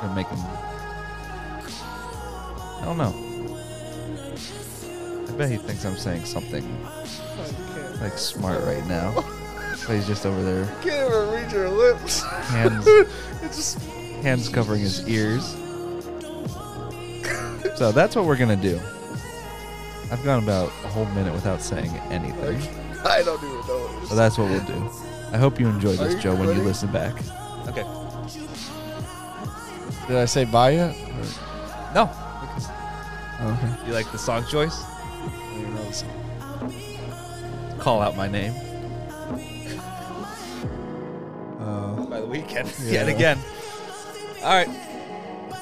[SPEAKER 1] gonna make him. I don't know. I bet he thinks I'm saying something like smart right now, but he's just over there,
[SPEAKER 3] can't even reach her lips.
[SPEAKER 1] hands
[SPEAKER 3] It's just
[SPEAKER 1] hands covering his ears. So that's what we're gonna do. I've gone about a whole minute without saying anything.
[SPEAKER 3] I don't even know. What
[SPEAKER 1] So that's what we'll do. I hope you enjoy this,
[SPEAKER 3] you
[SPEAKER 1] Joe, when you
[SPEAKER 3] ready?
[SPEAKER 1] listen back. Okay.
[SPEAKER 3] Did I say bye yet?
[SPEAKER 1] No.
[SPEAKER 3] Oh, okay.
[SPEAKER 1] You like the song choice?
[SPEAKER 3] I don't even know this.
[SPEAKER 1] Call out my name.
[SPEAKER 3] Uh,
[SPEAKER 1] By the weekend. Yet
[SPEAKER 3] Yeah.
[SPEAKER 1] again. All right.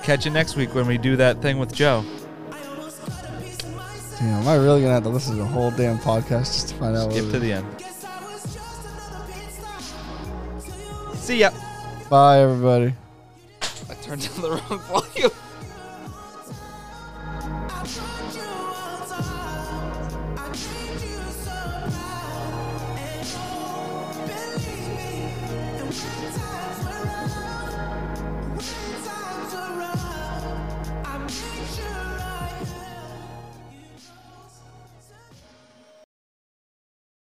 [SPEAKER 1] Catch you next week when we do that thing with Joe.
[SPEAKER 3] damn, am I really gonna have to listen to the whole damn podcast just to find out?
[SPEAKER 1] Skip
[SPEAKER 3] what
[SPEAKER 1] to
[SPEAKER 3] it
[SPEAKER 1] the end. See ya.
[SPEAKER 3] is? Bye, everybody.
[SPEAKER 1] I turned down the wrong volume.
[SPEAKER 8] I want you all time. I need you so bad.